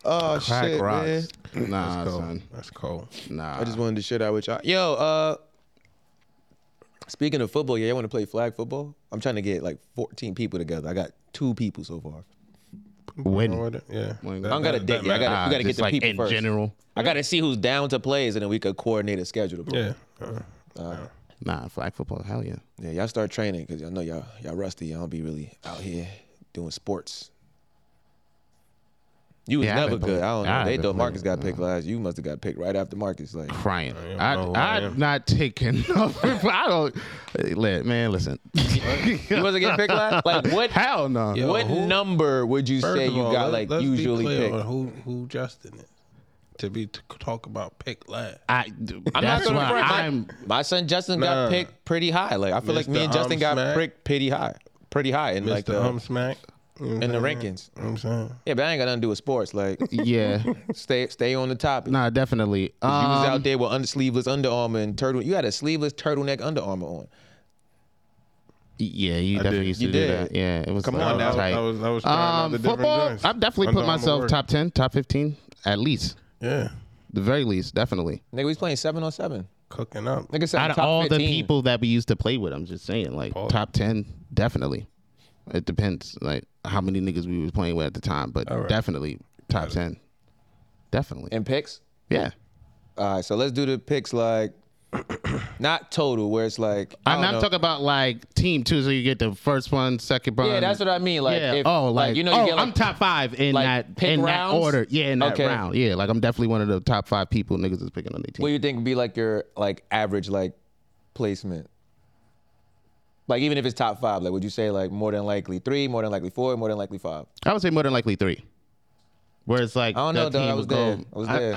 Oh
Crack
shit,
rocks.
man.
Nah, son.
that's cold.
Nah.
I just wanted to share that with y'all. Yo, uh, speaking of football, yeah, I want to play flag football. I'm trying to get like 14 people together. I got two people so far.
win.
Yeah.
Win.
That-
I
don't got a
that-
date
that
yet. I
matter.
got- you gotta get
just
the
like
people
in
first.
general.
I got to see who's down to play, and then we could coordinate a schedule. To play.
Yeah. Uh,
Nah, flag football. Hell yeah.
yeah, y'all start training because y'all know y'all y'all rusty. Y'all don't be really out here doing sports. You was
Yeah, I
never
been
good.
playing.
I don't know.
I
they
been
thought Marcus
playing,
got picked last. You must have got picked right after Marcus.
*laughs*
Like,
Crying.
don't
I,
know who I
I, am
am.
not taking *laughs* nothing. from- I don't. Hey, Let, man, listen.
you wasn't getting picked last. Like, what?
Hell no.
Yeah.
what
who-
number would you
First
say
of
you
all,
got
let-
like
let's be
usually
clear
picked?
on Who who Justin is to be to talk about pick last?
I,
I'm not
that's
gonna
why
front.
I'm.
My son Justin
Nah.
got picked pretty high. Like I feel like me
Mr.
and Justin got
Humsmack.
picked pretty high, pretty high in like
Mr.
the
Hum Smack.
in the rankings.
You know what I'm saying?
Yeah, but I ain't got nothing to do with sports. Like
*laughs*
Yeah.
stay stay on the topic.
Nah, definitely. Um,
You was out there with under sleeveless Under Armour and turtle. You had a sleeveless turtleneck Under Armour on.
Yeah, you definitely
did.
used to
You
do
did.
that. Yeah, it was.
Come
that
on
was
now.
tight.
I was I was trying out
Um,
the
football,
different joints.
I've definitely
Under
put
Armour
myself
work.
top ten, top fifteen, at least,
Yeah,
the very least, definitely.
Nigga, we was playing seven on seven.
cooking up.
Nigga said
Out of
top
all
15.
the people that we used to play with, I'm just saying, like
Pause.
top ten, definitely. It depends, like how many niggas we was playing with at the time, but
All right.
definitely top ten, definitely.
and picks.
Yeah.
All right, so let's do the picks
*coughs*
like not total, where it's like I
I'm
don't
not
know.
talking about like team two, so you get the first one, second one.
Yeah, that's what I mean. Like,
yeah.
if,
oh, like,
you know,
oh,
you get like,
I'm top five in
like,
that
pick
in
rounds?
that order. Yeah, in that
Okay.
round. Yeah, like I'm definitely one of the top five people niggas is picking on their team.
What do you think would be like your like average like placement? Like even if it's top five, like would you say like more than likely three, more than likely four, more than likely five?
I would say more than likely three. Where it's like
I don't
the
know, dog. I
team
was
would go-
there. I was
I,
there.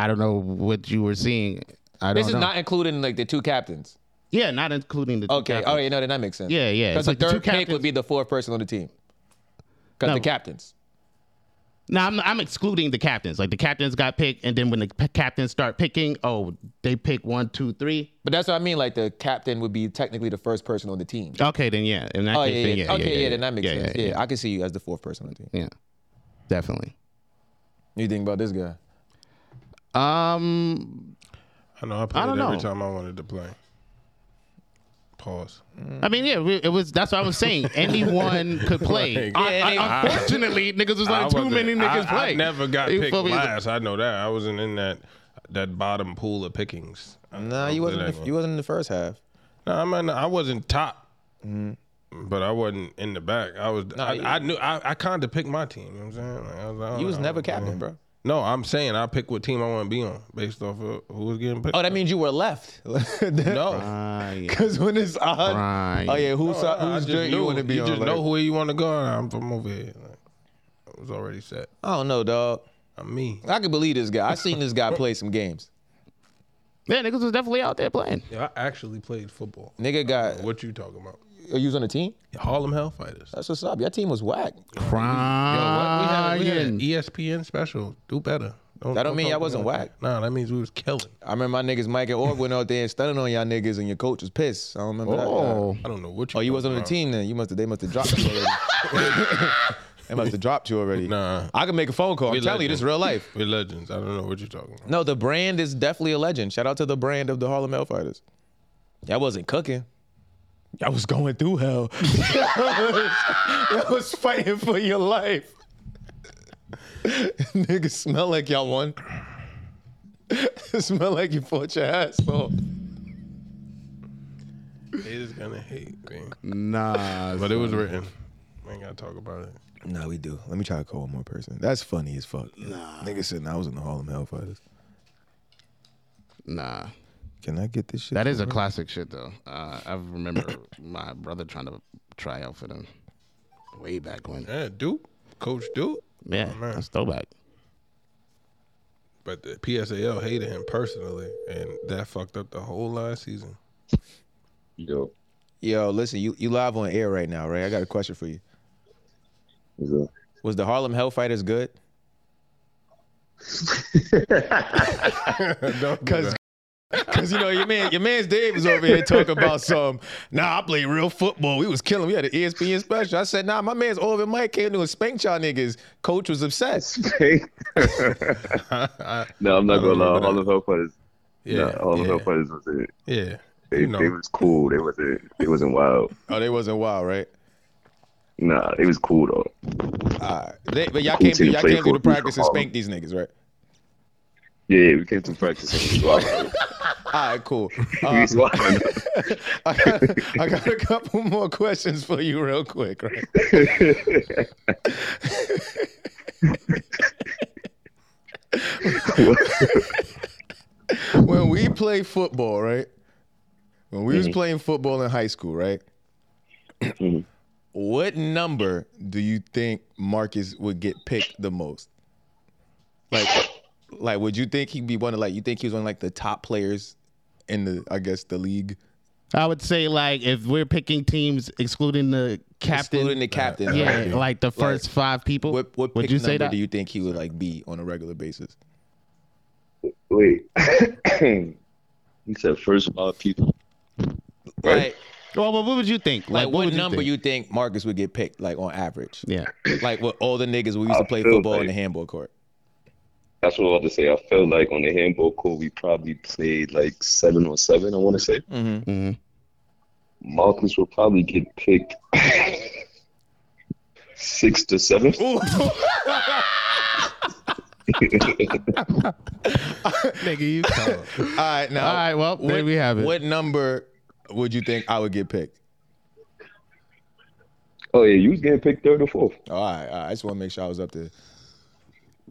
I, I don't know what you were seeing. I don't
This is
know.
not including like the two captains.
yeah, not including the two
Okay.
captains.
All right. No, then that makes sense.
Yeah, yeah.
Because
It's
the
like the two
third pick
captains-
would be the fourth person on the team. Because
No.
the captains.
No, I'm, I'm excluding the captains. Like the captains got picked, and then when the p- captains start picking, oh, they pick one, two, three.
But that's what I mean. Like the captain would be technically the first person on the team.
Okay, then yeah. In that
Oh
case,
yeah, yeah.
then, yeah,
okay, yeah,
yeah,
Then that makes
yeah,
sense.
Yeah,
Yeah, I can see you as the fourth person on the team.
yeah, yeah, definitely.
You think about this guy?
Um,
I know I played
don't
every
know.
time I wanted to play. Pause.
I mean, yeah, we- it was. That's what I was saying.
*laughs*
Anyone could play.
Like,
Un-
Yeah,
un-
they-
unfortunately, niggas was
I
like too
wasn't-
many
I,
niggas play.
I never got
You
picked
feel me?
last. I know that. I wasn't in that that bottom pool of pickings.
Nah, you wasn't. in the- You wasn't in the first half.
No, I mean I wasn't top, but I wasn't in the back. I was. I,
you-
I knew. I, I kind of picked my team. You know what I'm saying. Like, I was like, I
You was
don't
never
know.
captain, bro.
No, I'm saying I pick what team I want to be on based off of who was getting picked.
Oh, that means you were left. *laughs*
no.
Ah, yeah.
Because when it's odd,
Right.
oh yeah, who's
No, I
who's
just
drink you
knew.
want to be
You
on?
just
like-
know who you want to go. and I'm from over here. Like, I was already set.
I don't know, dog.
I'm me.
I can believe this guy. I seen this guy play some games.
Yeah, niggas was definitely out there playing.
Yeah, I actually played football.
Nigga got.
What you talking about?
Are you was on the team?
Harlem Hellfighters.
That's what's up. Your team was whack.
Yo, what? We had,
Crying.
we had an ESPN special. Do better.
That don't mean
talk
y'all wasn't
about
whack.
that. Nah, that means we was killing.
I remember my niggas Mike and Orb went out there and stunning on y'all niggas, and your coach was pissed. I don't remember that.
oh,
I don't know what you.
Oh, you wasn't on the
talking
team then. You must have. They must have dropped you already.
*laughs*
they must have dropped you already.
Nah.
I can make a phone call.
We
I'm telling you, this is
legend.
real life.
about. We're legends. I don't know what you're talking about.
No, the brand is definitely a legend. Shout out to the brand of the Harlem Hellfighters. Y'all wasn't cooking. Y'all was going through hell. *laughs* y'all, was, y'all was fighting for your life. *laughs* Niggas smell like y'all won. *laughs* smell like you fought your ass off.
They just gonna hate me.
nah.
But it was written. We ain't gotta talk about it.
No, we do. Let me try to call one more person. That's funny as fuck. Nah. Nigga said I was in the Harlem Hellfighters.
Nah.
Can I get this shit?
That is a classic shit though. Uh, I remember my brother trying to try out for them way back when.
Yeah, Duke, Coach Duke.
Yeah,
Oh,
man.
that's throwback.
But the PSAL hated him personally, and that fucked up the whole last season.
Yo,
Yo, listen, you, you live on air right now, right? I got a question for you.
what's up?
Was the Harlem Hellfighters good?
*laughs* Don't do
Cause,
that.
cause you know your man, your man's Dave was over here talking
*laughs*
about some. Nah, I played real football. We was killing. We had an E ESPN special. I said, Nah, my man's Orvin Mike came to and spanked y'all niggas. Coach was upset.
*laughs*
no, I'm not
I
gonna
remember
lie. All of her fighters,
yeah,
nah, all of
yeah,
her fighters was it.
yeah.
They,
You know,
they was cool. They wasn't. They wasn't wild.
Oh, they wasn't wild, right?
Nah, it was cool though.
All right. They, but y'all
Cool
came through.
team
Y'all
played
came through
for
to
a piece
practice
of
and
Harlem.
spank these niggas, right?
Yeah, yeah we came to practice. And we
*laughs*
was wild.
All right, cool.
we
Uh,
was wild.
I, got, I got a couple more questions for you, real quick, right? when we play football, right? When we
Mm-hmm.
was playing football in high school, right? what number do you think Marcus would get picked the most? Like, like, would you think he'd be one of like you think he was one of like the top players in the I guess the league,
I would say like if we're picking teams excluding the captain,
excluding the captain?
yeah,
right?
like the first five people.
What what
would
pick
you
number
say that?
do you think he would like be on a regular basis?
*laughs* Wait, *clears throat* he said first wild people. Right.
Like,
well, what would you think?
like, what,
would
number
think?
you think Marcus would get picked like on average?
Yeah,
Like what all the niggas we used to
I
play
feel
football in
like-
the handball court.
That's what I was about to say. I felt like on the handball court, we probably played like seven on seven. I want to say
Mm-hmm.
Marcus will probably get picked six to seven.
Nigga, you tough.
All right, now.
*laughs* All right, well, there
what-
we have it.
What number would you think I would get picked?
*laughs* oh yeah, you was getting picked third or fourth.
All right, all right. I just want to make sure I was up there.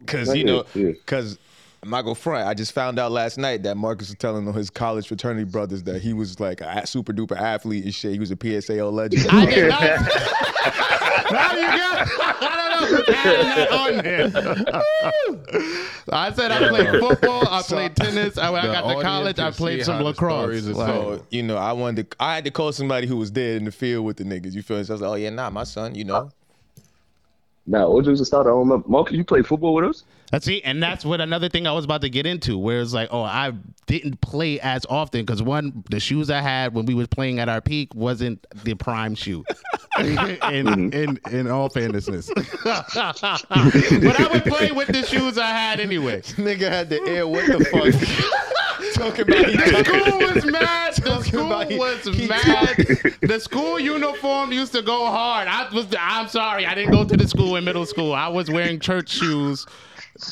Cause
Right
you know,
here, yeah.
cause I'm not gonna front. I just found out last night that Marcus was telling on his college fraternity brothers that he was like a super duper athlete and shit. He was a PSAO *laughs* legend.
I did not. *laughs* How do you get? I don't know. How did that on there? *laughs* I said I played football. I played tennis. I, when I
the
got to
audience
college. I
can see
played
how
some
the
lacrosse.
stories is
Like,
told.
So you know, I wanted to. I had to call somebody who was dead in the field with the niggas. You feel me? So I was like, oh yeah, nah, my son. You know,
Nah, OJ's a starter. I don't remember. Marcus, you played football with
*laughs*
us?
That's see, and that's what another thing I was about to get into, where it's like, oh, I didn't play as often because one, the shoes I had when we was playing at our peak wasn't the prime shoe. *laughs* in, in in all fairnessness, *laughs* but I would play with the shoes I had
*laughs*
anyway.
nigga had the air. What *laughs* the *laughs* fuck? Talking about
The
*laughs*
school was mad. The
Talking
school
about he-
was
he-
mad. The school uniform used to go hard. I was. I'm sorry. I didn't go to the school in middle school. I was wearing church shoes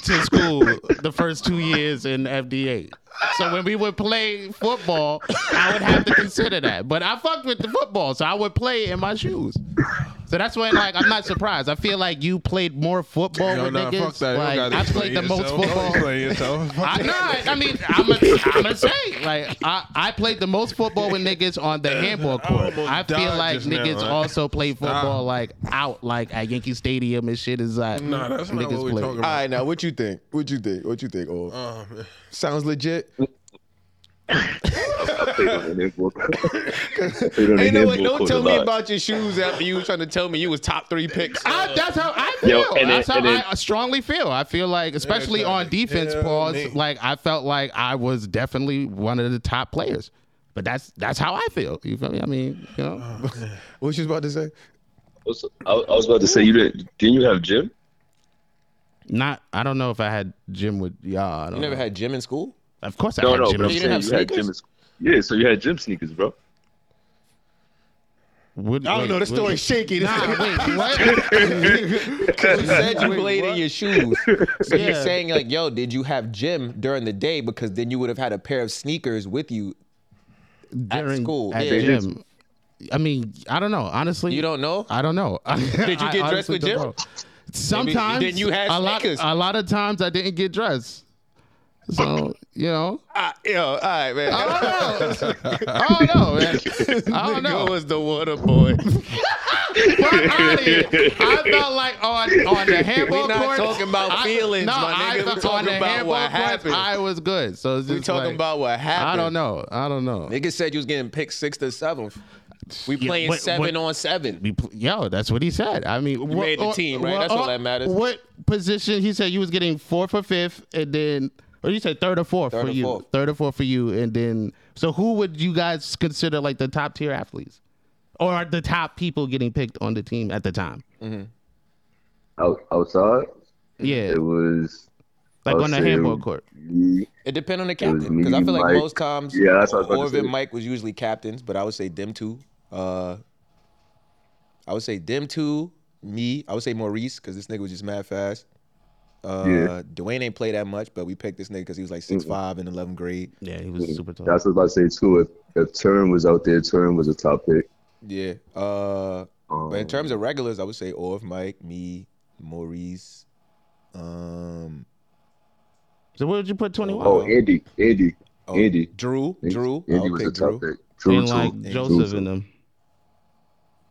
to school the first two years in FDA. So when we would play football, I would have to consider that. But I fucked with the football, so I would play in my shoes. So that's why, like, I'm not surprised. I feel like you played more football
Yo,
with
nah,
niggas.
fuck that. You
Like,
gotta
I
explain
played the most
yourself. Don't
football.
explain yourself. Fuck
*laughs* I,
that.
no, I I mean, I'm gonna I'm gonna say like I, I played the most football with niggas on the handball court.
almost
I feel
died
like
just now,
niggas
like-
also play football like out like at Yankee Stadium and shit is like
Nah, that's not
niggas
what we're
play.
talking
All
about.
right, now what you think? What you think? What you think? Oh,
Oh, man.
sounds legit.
Played on the *laughs* handball. Played on the
Hey, no, wait,
handball
don't
court
tell
a
me
lot.
about your shoes after you was trying to tell me you was top three *laughs* picks.
I, that's how I feel.
Yo, and
that's
it-
how
and it-
I strongly feel. I feel like, especially
trying
on
to
defense,
kill
pause.
me.
Like I felt like I was definitely one of the top players. But that's that's how I feel. You feel me? I mean, you know,
Uh.
What you was about to say?
Also, I, I was about to say you didn't. Didn't you have Jim?
not. I don't know if I had gym with y'all. I don't
You
know.
never had gym in school?
Of course, I
No,
had
no.
gym.
But I'm
with-
You
saying
didn't
you
have
had Jim. Yeah, so you had Jim sneakers, bro.
Wouldn't-
I don't
wait,
know. The *laughs*
wait.
story's shaky. This
Nah,
nigga-
wait, what?
You said you played in your
*laughs*
shoes. So you're
Yeah.
saying like, yo, did you have gym during the day? Because then you would have had a pair of sneakers with you.
During-
school,
at
yeah.
the gym. I mean, I don't know. Honestly,
You don't know?
I
*laughs*
don't know. *laughs* Did
you get dressed with Jim?
Sometimes.
then you had
a lot.
sneakers.
A lot of times I didn't get dressed. So you know,
Ah, yo, all right, man. *laughs*
*laughs* I don't know. I don't know, man. I don't know.
Nigga was the
*laughs*
water boy.
Fuck outta here. I felt like on on the
*laughs*
handball
We not
court.
talking about
I-
feelings,
no,
my nigga.
I
We
felt on
talking
the
about
handball
what
court,
happened.
I was good. So it's
We
just
talking
like,
about what happened.
I don't know. I don't know.
Nigga said you was getting picked sixth or seventh. We
Yeah,
playing
what-
seven
what-
on seven.
be pl- yo, that's what he said. I mean, you
made the team, right? That's all that matters.
What position? He said you was getting fourth or fifth, and then, or you said third or fourth for
or
you,
fourth.
third or fourth for you, and then. So who would you guys consider like the top tier athletes, or are the top people getting picked on the team at the time?
Out, outside,
Yeah,
it was
like
I'll
on the
say
handball court.
me.
It depend on the
was
captain. Because I
me,
feel like
Mike.
most times
Yeah, that's what I was about to
Orvin
say.
Mike was usually captains, but I would say them two. Uh, I would say them two, me. I would say Maurice, because this nigga was just mad fast. Uh,
Yeah.
Dwayne ain't play that much, but we picked this nigga because he was like 6'5 in 11th grade.
Yeah, he was super tall.
That's what I was about to say too. If, if Turn was out there, Turn was a top pick.
Yeah. Uh,
Um,
But in terms of regulars, I would say Orv, Mike, me, Maurice. Um,
So where would you put twenty one?
oh, Andy, Andy,
oh,
Andy,
Drew, Drew. I
Andy
would
was
pick
a top
Drew.
pick. Drew,
and like
too.
Joseph
Drew,
and
too.
them.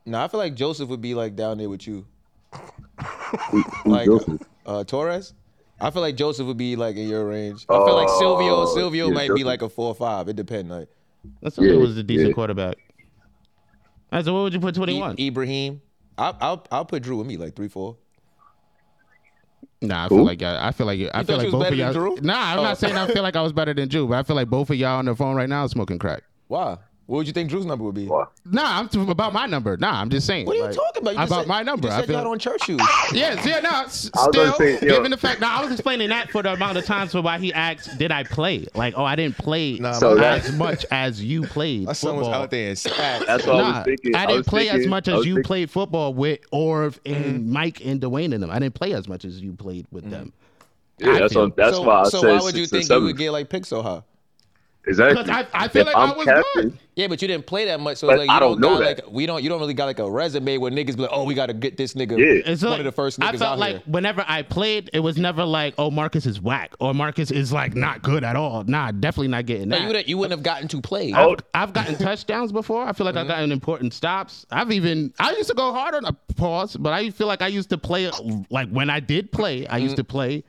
No, I feel like Joseph would be like down there with you.
Who- who's
like
Joseph?
uh, Torres. I feel like Joseph would be like in your range. I feel like Silvio,
Oh,
Silvio
yeah,
might be
Joseph.
like a four or five. It depends. Like
That's something
Yeah,
was a decent
yeah.
quarterback. All right, so where would you put twenty
I-
one?
E- Ibrahim. I, I'll I'll put Drew with me like three four.
Nah, I
Who?
feel like y'all- I feel like I feel
thought
like
you was
both
better
of y'all.
than Drew?
Nah, I'm
Oh.
not saying I feel like I was better than Drew, but I feel like both of y'all on the phone right now smoking crack.
Why? What would you think Drew's number would be?
Wow.
Nah, I'm t- about my number. Nah, I'm just saying.
What are you
like,
talking about? You just
about
said-
my number.
You
I
just said
feel.
y'all on church
*laughs*
shoes.
yes, yeah, no. s-
I was
Still,
gonna say, yo.
given the fact, no, I was explaining that for the amount of times for why he asked, "Did I play?" Like, oh, I didn't play
Nah,
So that-
as much as you played
My son was
football.
out there and spat.
That's what I
Nah,
was thinking.
I didn't
was
play as
thinking-
much
I
as
was
you
thinking-
played
Mm-hmm.
football with Orv and Mike and Dwayne and them. I didn't play as much as you played with them.
Yeah, that's what, that's
so,
why I
so
said
why would
six
you
and
think you
seven.
would get like picked so high?
exactly.
'Cause I- I feel like
If
I was good.
Yeah, but you didn't play that much, so
But
like you
I don't know
got,
that.
Like, we don't. You don't really got like a resume where niggas be like, oh, we got to get this nigga.
Yeah.
It's
one
like-
of the first
I
niggas
felt
out
like
here.
whenever I played, it was never like, oh, Marcus is whack or Marcus is like not good at all. Nah, definitely not getting
Like, you,
that.
wouldn't, you wouldn't have gotten to play.
Oh,
*laughs*
I've gotten touchdowns before. I feel
Mm-hmm.
like I've gotten important stops. I've even I used to go hard on a pause, but I feel like I used to play like when I did play, I
Mm-hmm.
used to play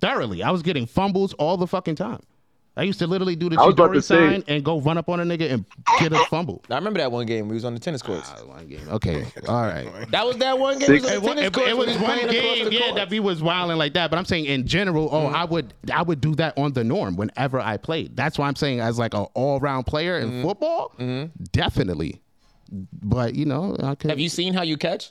thoroughly. I was getting fumbles all the fucking time. I used to literally do the
I was about
Chidori
to say-
sign and go run up on a nigga and get a fumble. *laughs*
I remember that one game. We was on the tennis courts.
Okay, all right.
That was that one game.
Six-
We was
It
on the tennis
It,
courts.
it
when
was
we
one
playing across
game,
the
yeah,
court. Mm.
that we was wilding like that. But I'm saying in general, oh, I would, I would do that on the norm whenever I played. That's why I'm saying as like an all round player in
Mm-hmm.
football, definitely. But you know, I could.
Have you seen how you catch?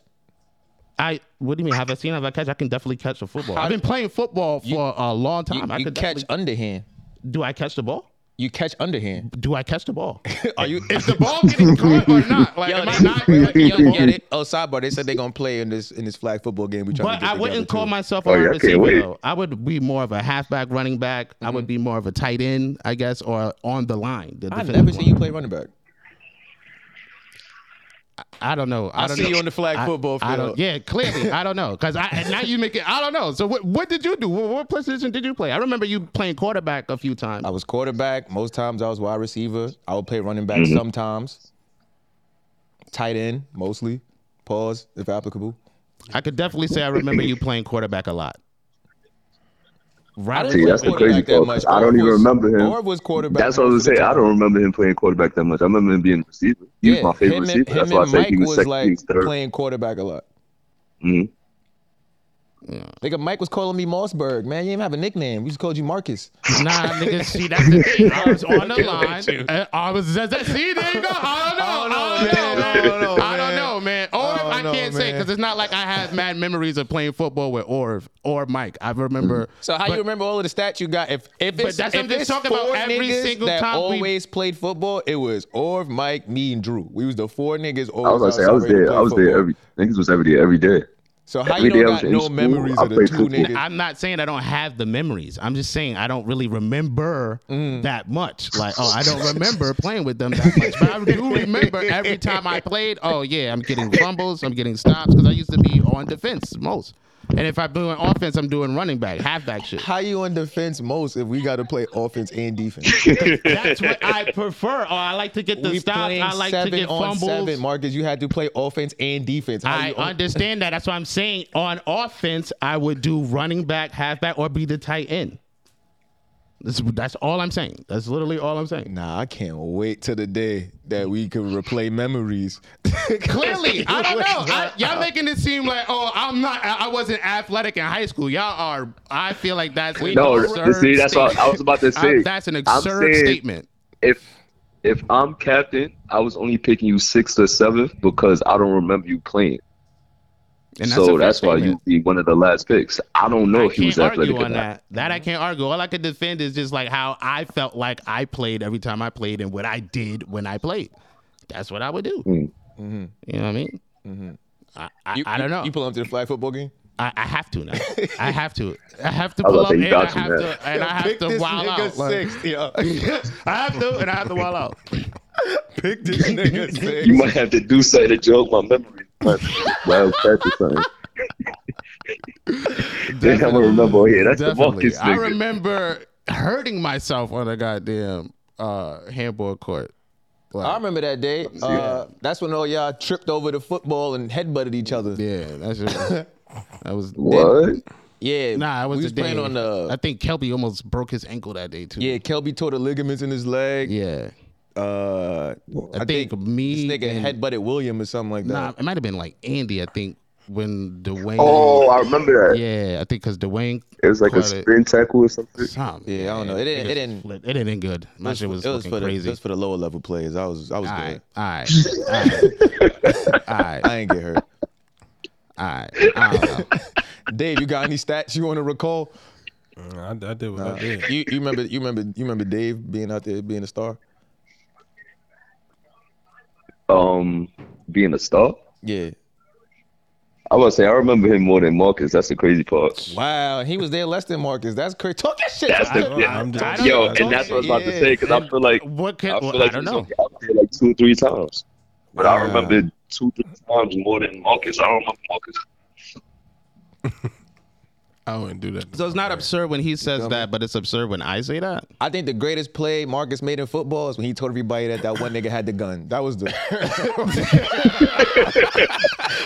I what do you mean? Have I seen? Have I catch? I can definitely catch a football.
How
I've been
do-
playing football for a long time.
You,
I
you
could
catch
definitely-
underhand.
Do I catch the ball?
You catch
*laughs*
underhand.
Do I catch
*laughs*
the ball?
Are you?
Is the ball
*laughs*
getting caught or not? Like,
Yo,
am I
they-
not? catching
yo,
the ball?
get it? Oh, sidebar. They said they're gonna play in this in this flag football game. We trying to
But
get
I
together,
wouldn't
too.
call myself a
Oh, yeah, I
wide
can't
receiver.
wait.
Though. I would be more of a halfback, running back. I
Mm-hmm.
would be more of a tight end, I guess, or on the line. The
I've
defensive
never
line.
seen you play running back.
I don't know. I,
I
don't
see
know.
you on the flag
I-
football
I don't,
field.
yeah, clearly, I don't know. Cause I and now you make it. I don't know. So what? What did you do? What, what position did you play? I remember you playing quarterback a few times.
I
Oh.
was quarterback. Most times I was wide receiver. I would play running back
Mm-hmm.
sometimes. Tight end mostly. Pause if applicable.
I could definitely say I remember you playing quarterback a
*laughs*
lot.
I
Right.
didn't
See,
play
that's the
quarterback
crazy part. 'cause I don't
Orv
even
was-
remember him.
Orv was quarterback.
That's what I was
most of
saying.
the
I
time.
don't remember him playing quarterback that much. I remember him being receiver. He was my favorite
him and,
receiver. That's
him
why I
and
said
Mike
he was, second, he
like
was third.
playing quarterback a lot.
Mhm. Mm-hmm.
Nigga, Mike was calling me Mossberg. Man, you didn't have a nickname. We just called you Marcus.
Nah, nigga, see, that's the thing. I was on the *laughs* line. and I was, that, that, see, there you go. I don't know. I don't know, man. I don't know, man. Orv,
don't
I
know,
can't say
man.
because it's not like I have mad memories of playing football with Orv or Mike. I remember.
So how you remember all of the stats you got? If if it's,
that's-
if
I'm just
it's
talking about
four
every
niggas
single
that
time we-
always played football, it was Orv, Mike, me, and Drew. We was the four niggas. Always
I was gonna say I
outside
was
ready to
there.
play
I was there
football.
every. Niggas was every day. Every day.
So how
every
you
day I
don't
was
got
in
no
school,
memories
I
of the two
played football.
niggas?
I'm not saying I don't have the memories. I'm just saying I don't really remember that much. Like, oh, I don't remember playing with them that much. But I do remember every time I played, oh, yeah, I'm getting fumbles, I'm getting stops because I used to be on defense most. And if I'm doing offense, I'm doing running back, halfback shit.
How you on defense most if we got to play offense and defense?
That's what I prefer. Oh, I like to get the
we
stops.
playing
I like to
seven
get
on
fumbles.
seven, Marcus. You had to play offense and defense. How
I
you on-
understand that. That's why I'm saying on offense, I would do running back, halfback, or be the tight end. That's, that's all I'm saying. That's literally all I'm saying.
Nah, I can't wait to the day that we can replay memories. *laughs*
Clearly, *laughs* I don't know. I, y'all making it seem like, oh, I'm not. I I wasn't athletic in high school. Y'all are. I feel like that's an
No,
absurd
see, that's what I
statement.
was about to say.
I- that's an
I'm
absurd
saying
statement.
If if I'm captain, I was only picking you sixth or seventh because I don't remember you playing.
And that's a
so
fair
that's why
statement.
you'd be one of the last picks. I don't know
I
if Oh, he was
can't
athletic
argue
or
on
not.
that. That I can't argue. All I could defend is just like how I felt like I played every time I played and what I did when I played. That's what I would do.
Mm.
You know what I mean? I, I,
Mm-hmm. You-
I don't
you-
know.
You pull up to the flag football game.
I, I have to now.
*laughs*
I have to. I have to
I was
pull
about
up
to
and I
say, you got you,
have
man.
to and I
Pick
have to
this
wild
nigga
out. Like,
sixth, *laughs* yo.
*laughs* I have to and I have to wild out.
Pick this nigga
You
sixth.
might have to do something to jog my memory. But well, that's just something. *laughs* Think I'm gonna remember. Oh, yeah, that's
Definitely.
the Marcus
I
nigga.
remember hurting myself on a goddamn uh, handball court.
I remember that day. Uh, that's when all y'all tripped over the football and headbutted each other.
Yeah, that's
*laughs*
just, that was
what?
Yeah,
Nah, it was
we
the
was playing
day.
on the. uh,
I think Kelby almost broke his ankle that day too.
yeah, Kelby tore the ligaments in his leg.
yeah.
Uh,
I, think, me.
this nigga
and-
headbutted William or something like that.
Nah, it might have been like Andy. I think when Dwayne.
Oh, I remember that.
Yeah, I think because Dwayne.
It was like a
caught it.
spin tackle or something.
Something.
Yeah, I don't know. It didn't- it
just
didn't-
flipped. It didn't good. My shit was,
it was
fucking
for
crazy.
the it was for the lower level players. I was I was
all
good.
right, all right, all right, *laughs* all right, all
I ain't get
*laughs*
hurt.
right. I don't know.
Dave, you got any stats you want to recall? Uh,
I, I did
Oh,
what I did.
You you remember you remember you remember Dave being out there being a star?
Um, being a star.
Yeah.
I was saying I remember him more than Marcus. That's the crazy part.
Wow, he was there less than Marcus. That's crazy. Talk your shit.
That's the
don't-
yeah.
I'm just- I don't
yo,
know.
and that's what I was about to say because I
And
feel like
what can,
I
well,
feel like
I don't
he
know.
was only out there like two or three times, but I remember two three times more than Marcus. I don't remember Marcus.
I wouldn't do that.
So it's not absurd when he says that, but it's absurd when I say that.
I think the greatest play Marcus made in football is when he told everybody that that one nigga had the gun. That
*laughs*
was the. *laughs*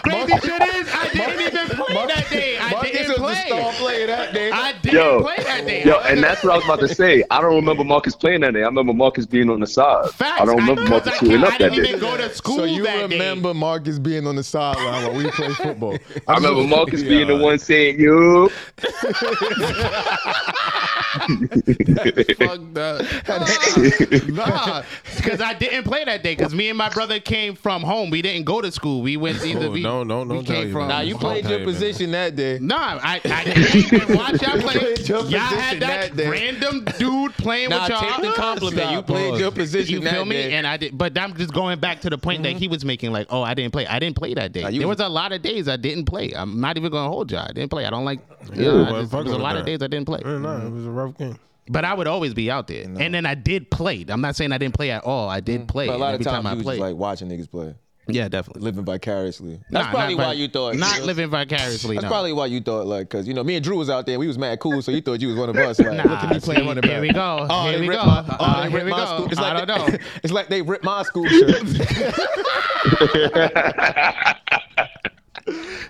Crazy shit is, I didn't even play that day. I didn't play.
player that day.
I didn't
Yo.
play that day.
Yo, and that's what I was about to say. I don't remember Marcus playing that day. I remember Marcus being on the side.
Facts.
I don't remember
because
Marcus
I
shooting
can't-
up that
I didn't even
day.
go to school
So you
that
remember Marcus being on the sideline while we play
*laughs*
football?
I
*laughs*
remember Marcus being the
Yeah.
one saying, "Yo,
day. Fucked
*laughs*
up. nah, because I didn't play that day. Because me and my brother came from home. We didn't go to school. We went
*laughs*
either.
Oh,
we,
no, no,
we
don't tell
came
you
from.
about
Nah,
it.
you played your
Okay, man.
position that day.
Nah, I, I didn't *laughs* even watch y'all play.
played your
Y'all had
position that
that,
day.
random dude playing
Nah,
with y'all.
take the compliment. You
Stop,
played
pause.
your position
You feel
that
me?
day.
And I did, but I'm just going back to the point that he was making. Like, oh, I didn't play. I didn't play that day.
you-
there was a lot of days I didn't play. I'm not even gonna hold you. all I didn't play. I don't like. Yeah,
well,
I just-
fuck
there was a
with
lot of
that.
days I didn't play.
Yeah, nah, it was a rough
*laughs*
game.
But I would always be out there. And then I did play. I'm not saying I didn't play at all. I did play.
But a
And
lot of
every
times
time I
you was
played.
just like watching niggas play,
yeah, definitely.
living vicariously.
Nah,
That's probably
not
why
vic-
you thought.
Not
you know?
living vicariously.
That's
no.
probably why you thought like, cause you know me and Drew was out there, and we was mad cool, so you thought you was one of us. Like,
Nah,
look at me playing
see,
running back.
here we go.
Oh,
here
they
we go.
ripped my- oh,
oh,
they
here
ripped
we
my
go.
school- It's
I
like
don't
they-
know.
*laughs* It's like they ripped my school
*laughs*
shirt.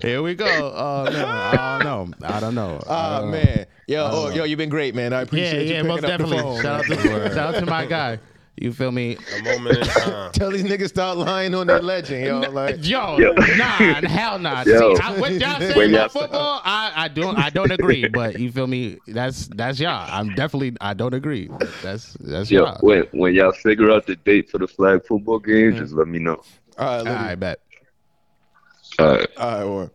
Here we go. Oh no, I don't know. I don't know. *laughs*
Ah man, yo, oh, yo, you've been great, man. I appreciate
Uh, yeah,
you
yeah,
picking
most
up
definitely.
the phone.
Shout out, to, shout out to my guy. You feel me?
A moment in time.
Tell these niggas stop lying on that legend, yo. Like,
Yo,
*laughs* Yo.
nah, hell nah.
*laughs* Yo.
See, I, what y'all say
When y'all-
about football, I, I don't, I don't agree. But you feel me? That's that's y'all. I'm definitely, I don't agree. That's that's
yo,
y'all.
when when y'all figure out the date for the flag football game,
Mm.
just let me know."
all right, let me-
I bet.
All right.
all right, or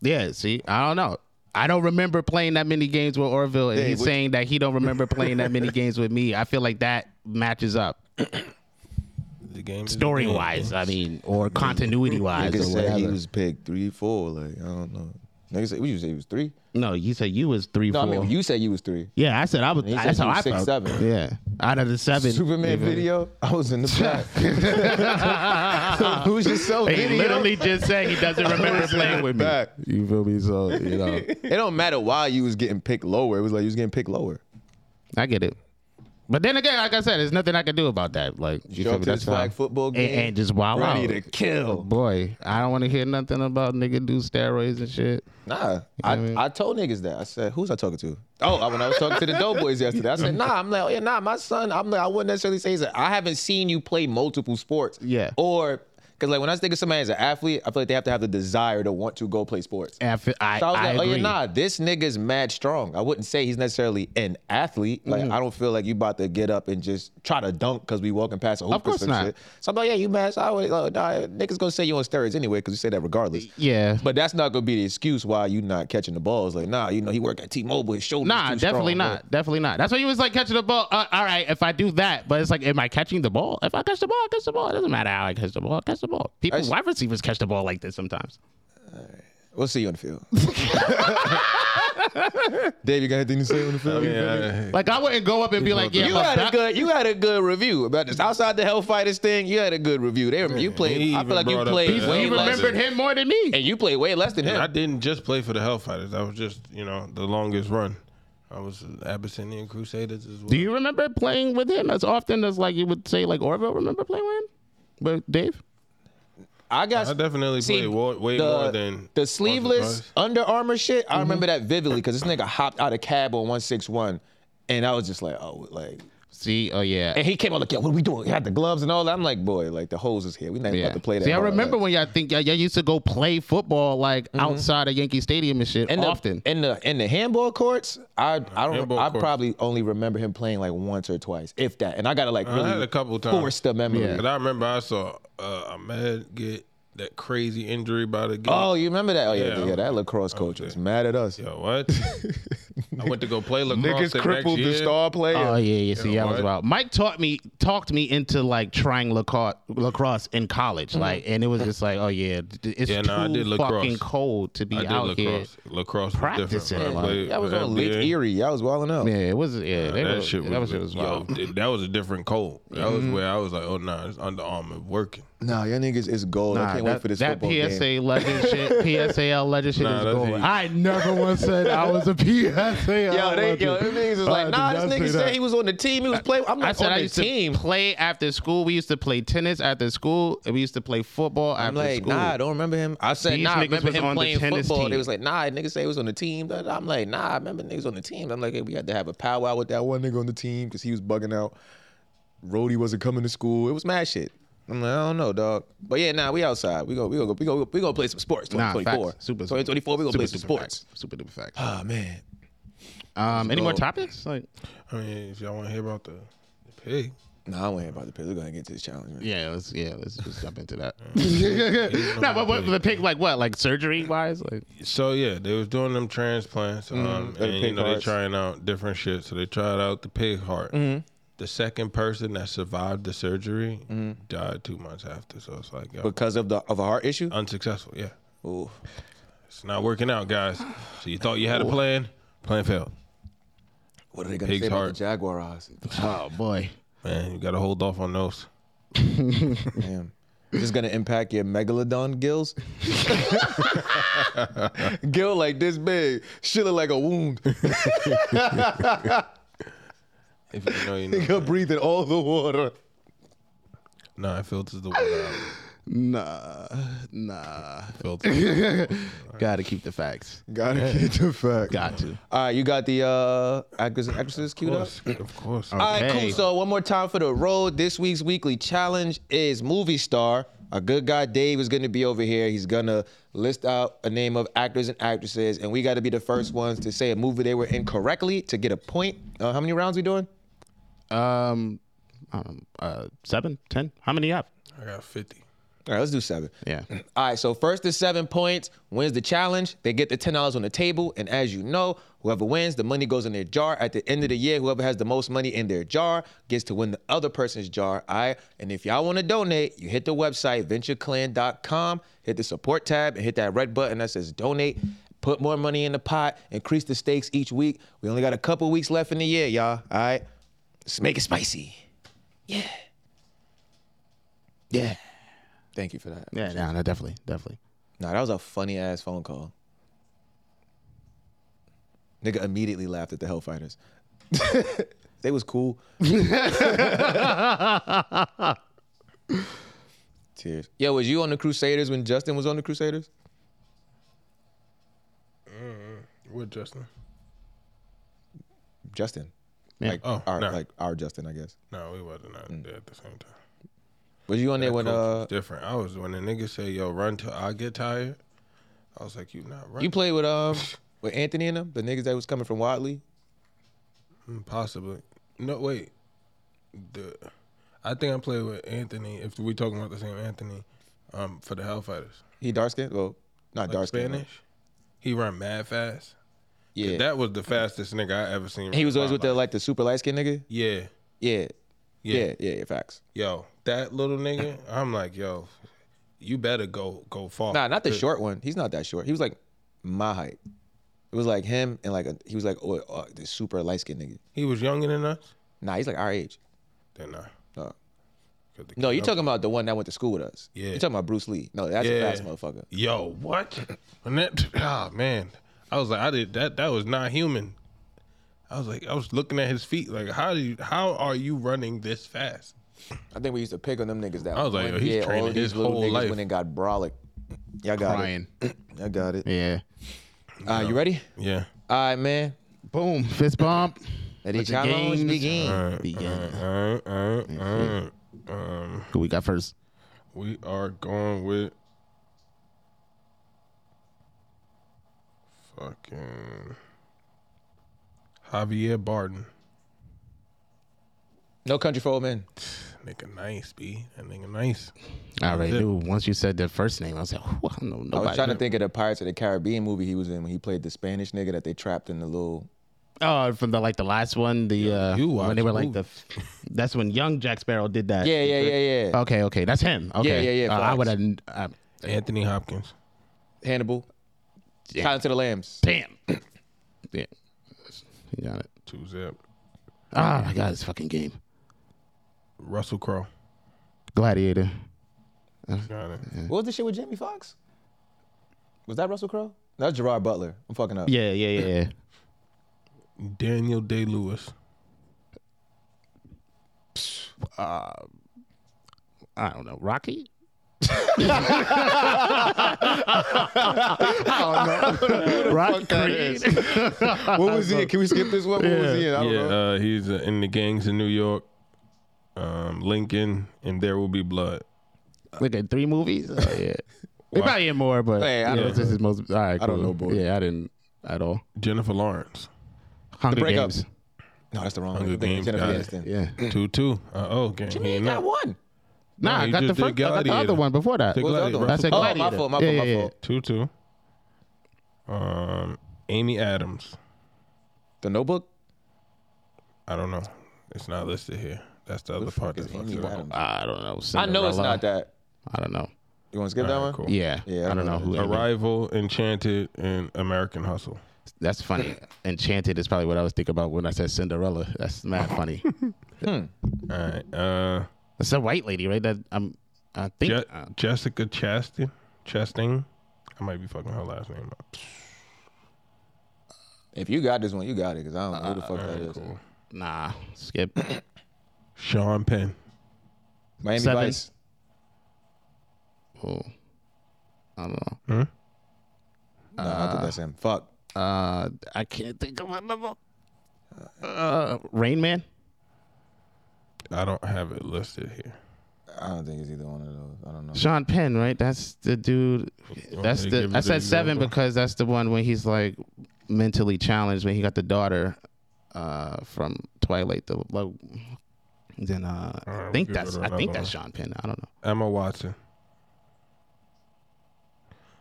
Yeah. See, I don't know. I don't remember playing that many games with Orville, and
Dave,
he's
what-
saying that he don't remember playing that many games with me. I feel like that matches up
The game is a
story
game.
wise. I mean, or continuity wise,
Niggas
or
said he
whatever.
was picked three, four. Like I don't know. Niggas said, what you say he was three?
No, you said you was three,
No,
four.
I mean you said you was three.
yeah, I said I was.
He said
That's
you
how
was
I
six,
felt.
seven.
Yeah, out of the
*laughs*
seven.
Superman video. I was in the back. *laughs*
*laughs*
Who's yourself?
He
video?
literally just said he
*laughs*
doesn't remember playing with me.
Back.
You feel me? So you know,
It don't matter why you was getting picked lower. It was like you was getting picked lower.
*laughs* I get it. But then again, like I said, there's nothing I can do about that. Like you
Show
feel
up
me?
to this
That's
flag
flag
football
and,
game.
and just wow
ready
out.
to kill.
Boy, I don't want to hear nothing about nigga do steroids and shit.
Nah, I, I told niggas that. I said, who's I talking to? Oh, I- when I was talking to the
*laughs*
Doughboys yesterday, I said, nah, I'm like, yeah, nah, my son, I'm like, I wouldn't necessarily say he's a, I haven't seen you play multiple sports.
Yeah.
Or, because like when I think of somebody as an athlete, I feel like they have to have the desire to want to go play sports.
And I, feel, I,
So I was
I
like,
agree.
oh yeah, nah, this nigga's mad strong. I wouldn't say he's necessarily an athlete. Like
Mm-hmm.
I don't feel like you about to get up and just try to dunk because we walking past a hoop
Of
or
course
some
not.
shit. So I'm like, yeah, you mad. So I would, like, nah, niggas gonna say you on steroids anyway because you say that regardless.
Yeah.
But that's not gonna be the excuse why you not catching the balls. Like, nah, you know, he work at T-Mobile, his shoulders
Nah,
too
definitely
strong.
not. Definitely not. That's why you was like catching the ball. Uh, all right, if I do that, but it's like, am I catching the ball? If I catch the ball, I catch the ball. It doesn't matter how I catch the ball. I catch the ball. People,
s-
wide receivers catch the ball like this sometimes.
We'll see you on the field. *laughs* Dave, you got anything to say on the field?
Oh, Yeah.
Like I wouldn't go up and be like, yeah,
You
but
had a
that-
good, you had a good review about this outside the Hellfighters thing. You had a good review. They, you played.
He
I
even
feel like you
brought up
played
the
way
you
Hellfighters.
less,
remembered him more than
and
me.
you played way less than
And I
him.
didn't just play for the Hellfighters. I was just, you know, the longest run. I was Abyssinian Crusaders as well.
Do you remember playing with him as often as like you would say like Orville remember playing with him? But Dave,
I got.
I definitely
see,
played wa- way more than
the sleeveless Under Armour shit.
Mm-hmm.
I remember that vividly because this nigga hopped out of cab on one six one, and I was just like, oh, like.
see, oh yeah,
And he came out like, yo, what are we doing? He had the gloves and all that. I'm like, boy, like the hose is here. We not about to play that.
See, I
hard.
remember
Like,
when y'all think y'all, y'all used to go play football like outside of Yankee Stadium and shit
and the,
often.
Mm-hmm. in the in the handball courts. I I don't.
Handball
I
courts.
probably only remember him playing like once or twice, if that. And I gotta like really
I had a couple times.
force the memory.
But I remember I saw uh, Ahmed get that crazy injury by the game.
Oh, you remember that? Oh yeah, yeah.
Yeah.
that lacrosse coach was mad at us.
Yo, what? I went to go play lacrosse.
Niggas
the
crippled
next
the
year.
star player.
Oh yeah, yeah. See, I was
what?
wild. Mike taught me talked me into like trying lacrosse, lacrosse in college,
Mm-hmm.
like, and it was just like, oh yeah, d- it's
Yeah,
too
nah, I did lacrosse.
fucking cold to be
I did
out here.
lacrosse. Lacrosse was
Practicing,
different.
like,
played
I Uh-huh. was
for
on Lake
NBA.
Erie. I was wilding out.
Yeah, it was. Yeah, they
That
were-
shit was,
that was, it was
yo,
wild.
th- that was a different
*laughs*
cold. That was where I was like, oh nah, it's Under Armour working.
Nah, y'all niggas is gold. I
Nah,
can't
that,
wait for this
that
football
PSA
game.
legend
*laughs*
shit, PSAL legend shit
Nah,
is
that's
going.
heat.
I never once said I was
*laughs*
a PSAL.
Yo, they,
legend.
yo, them
*laughs*
niggas is like,
I
nah, this
did not say
nigga
that.
said he was on the team. He was playing. I'm
I
not
said
on
I
the
used
team.
to play after school. We used to play tennis after school, and we used to play football after
I'm like,
school.
nah, I don't remember him. I said,
These
nah,
niggas
I remember
was
him
on the
playing
tennis
football.
team.
They was like, nah, niggas say he was on the team. But I'm like, nah, I remember niggas on the team. I'm like, hey, we had to have a powwow with that one nigga on the team because he was bugging out. Rody wasn't coming to school. It was mad shit. I'm like, I don't know, dog. But yeah, nah, we outside. We go, we go, we go, we go play some sports.
Nah,
2024,
facts. Super,
2024, we gonna
super,
play some
super
sports.
facts. Super duper facts.
Oh man,
Um, any more
go.
topics? Like,
I mean, if y'all want to hear about the, the pig,
nah, I don't about the piss. We're gonna get to this challenge. Man.
yeah, let's yeah, let's just jump
*laughs*
into that. *laughs* no, but what, the pig like what? Like surgery wise? Like,
so yeah, they was doing them transplants, um,
the
and you
pig
know they
hearts.
trying out different shit. So they tried out the pig heart. The second person that survived the surgery died two months after. So it's like, yo,
Because of the of a heart issue.
unsuccessful. Yeah,
Uh,
Ooh.
it's not working out, guys. So you thought you had a plan, plan failed.
What are they gonna
Pig's
say about
heart.
the Jaguar eyes?
oh boy.
Man, you gotta hold off on those.
Damn. This is gonna impact your megalodon gills. *laughs* Gill like this big, shit look like a wound.
If you *laughs* know, you know.
Nigga breathing all the water.
Nah, it filters the water out.
Nah, nah.
It Filters.
*laughs*
Gotta keep the facts.
*laughs*
Gotta keep the fact.
Got to.
All right, you got the uh actors and actresses queued
Of
up.
course, of course.
All right,
Okay.
cool. So one more time for the road. This week's weekly challenge is movie star. Our good guy Dave is going to be over here. He's going to list out a name of actors and actresses, and we got to be the first ones to say a movie they were in correctly to get a point. Uh, how many rounds we doing?
Um, um, uh, seven, ten. How many you have?
I got fifty.
All right, let's do seven.
Yeah.
All right, so first to seven points wins the challenge. They get the ten dollars on the table, and as you know, whoever wins, the money goes in their jar. At the end of the year, whoever has the most money in their jar gets to win the other person's jar. All right, and if y'all want to donate, you hit the website ventureclan.com, hit the support tab, and hit that red button that says donate. Put more money in the pot, increase the stakes each week. We only got a couple weeks left in the year, y'all. All right, let's make it spicy. Yeah, yeah. Thank you for that.
Yeah, no, no, definitely, definitely.
Nah, that was a funny ass phone call. Nigga immediately laughed at the Hellfighters. *laughs* they was *laughs* cool. Tears. Yo, was you on the Crusaders when Justin was on the Crusaders?
With Justin?
Justin.
Yeah.
Like
Oh,
our
nah.
like our Justin, I guess.
No, we wasn't out there at the same time.
Mm. Was you on there
That
when
coach
uh
was different. I was when the nigga say, "Yo, run till I get tired." I was like, "You not right?"
you played with um with Anthony and them, the niggas that was coming from Watley?
Possibly. No, wait. The I think I played with Anthony. If we talking about the same Anthony, um, for the Hellfighters,
He dark skinned? Well, not
like
dark skinned.
Spanish. He run mad fast.
Yeah.
That was the fastest nigga I ever seen.
he was
run
always
my
with the
life.
like the super light skinned nigga?
yeah,
Yeah.
Yeah.
Yeah, yeah, yeah, facts.
yo, that little nigga. I'm like, yo, you better go go far.
Nah, not the
Cause-
short one. He's not that short. He was like my height. It was like him and like a, he was like oh, uh, the super light skinned nigga.
He was younger than us.
Nah, he's like our age.
Then nah.
No.
'Cause the
No,
kid
you're
I'm-
talking about the one that went to school with us.
Yeah.
You're talking about Bruce Lee. No, that's a
Yeah.
fast motherfucker.
Yo, what? And that, *clears throat* ah, man, I was like, I did that. That was not human. I was like, I was looking at his feet. Like, how do you? How are you running this fast?
I think we used to pick on them niggas that
I was like,
one
yo, he's
year,
training
all these
his
little
whole
niggas
life.
went and got brolic. Y'all got
Brian.
it. *clears throat* Y'all got it.
Yeah.
All right, you ready?
Yeah.
All right, man.
Boom. Fist bump.
Let the
the
challenge
games-
begin.
Begin.
Uh, uh, uh, um,
Who we got first?
we are going with fucking Javier Barden.
No country for old men.
Nigga, nice, b. That nigga, nice.
All right,
it.
dude. Once you said the first name, I was like, "Whew, I don't know
I
nobody.
was trying to think of the Pirates of the Caribbean movie he was in when he played the Spanish nigga that they trapped in the little
Oh, from the like the last one, the uh,
you
when they
watch
were like the, that's when young Jack Sparrow did that.
Yeah, yeah, yeah, yeah.
Okay, okay, that's him. Okay,
yeah, yeah,
Uh, I
facts.
would have. Uh,
Anthony Hopkins.
Hannibal. Silence of the Lambs.
damn. yeah, you got it.
Two zip.
Oh my god, this fucking game,
Russell Crowe.
Gladiator.
Got it.
What was the shit with Jamie Foxx? Was that Russell Crowe? That's Gerard Butler. I'm fucking up.
Yeah, yeah, yeah, yeah.
Daniel Day Lewis.
*laughs* I don't know, Rocky. *laughs* *laughs* I don't know. Rocky Creed.
What was he? in? Can we skip this one? What was he? in? I don't
Yeah,
know.
uh, he's uh, in the gangs in New York. Um, Lincoln and There Will Be Blood.
Look at three movies. Oh yeah, we probably in more, but
Hey, I
I
don't
don't
know.
know. This is most. All right,
I don't
cool.
know, boy.
Yeah, I didn't at all.
Jennifer Lawrence.
Hunger
breakup.
Games.
No, that's the wrong
Hunger
one. I think
Games,
Jennifer
got it.
Aniston.
Yeah.
Two two. Uh oh, game.
Jimmy ain't got one.
No,
Nah, I
he
got the
just
first.
did
I got the
Gladiator.
other one before that.
The
What was the other
Gladiator.
one?
That's
a
oh, my
Gladiator.
fault. My fault.
Yeah,
my
yeah, yeah.
fault.
Two two. Um, Amy Adams.
The Notebook.
I don't know. It's not listed here. That's the other part
Fuck is
that fucks
Amy
it up.
Adams?
I don't know.
I know it's
Cinderella.
not that.
I don't know.
You want to skip that
All
one?
right, cool.
Yeah.
Yeah, I
I
don't
don't
know
know who. Right.
Arrival, Enchanted, and American Hustle.
That's funny. Enchanted is probably what I was thinking about when I said Cinderella. That's mad funny.
All right. Uh,
That's a white lady, right? That I'm. I think.
Je-
uh,
Jessica Chastain. Chastain. I might be fucking her last name up.
If you got this one, you got it. Cause I don't know who the fuck that is.
Cool.
nah. Skip.
Sean Penn.
Miami
Seven.
Vice.
Oh. I don't know.
No, I
Uh-huh.
think that's him. Fuck.
Uh, I can't think of another. Uh, Rain Man.
I don't have it listed here.
I don't think it's either one of those. I don't know.
Sean Penn, right? That's the dude. That's
Okay,
the.
Oh, give me
I
the
said seven
example.
because that's the one when he's like mentally challenged when he got the daughter uh, from Twilight. The lo- then uh, I
right,
think
we'll give
that's
it
I
another
think that's
one.
Sean Penn. I don't know.
Emma Watson.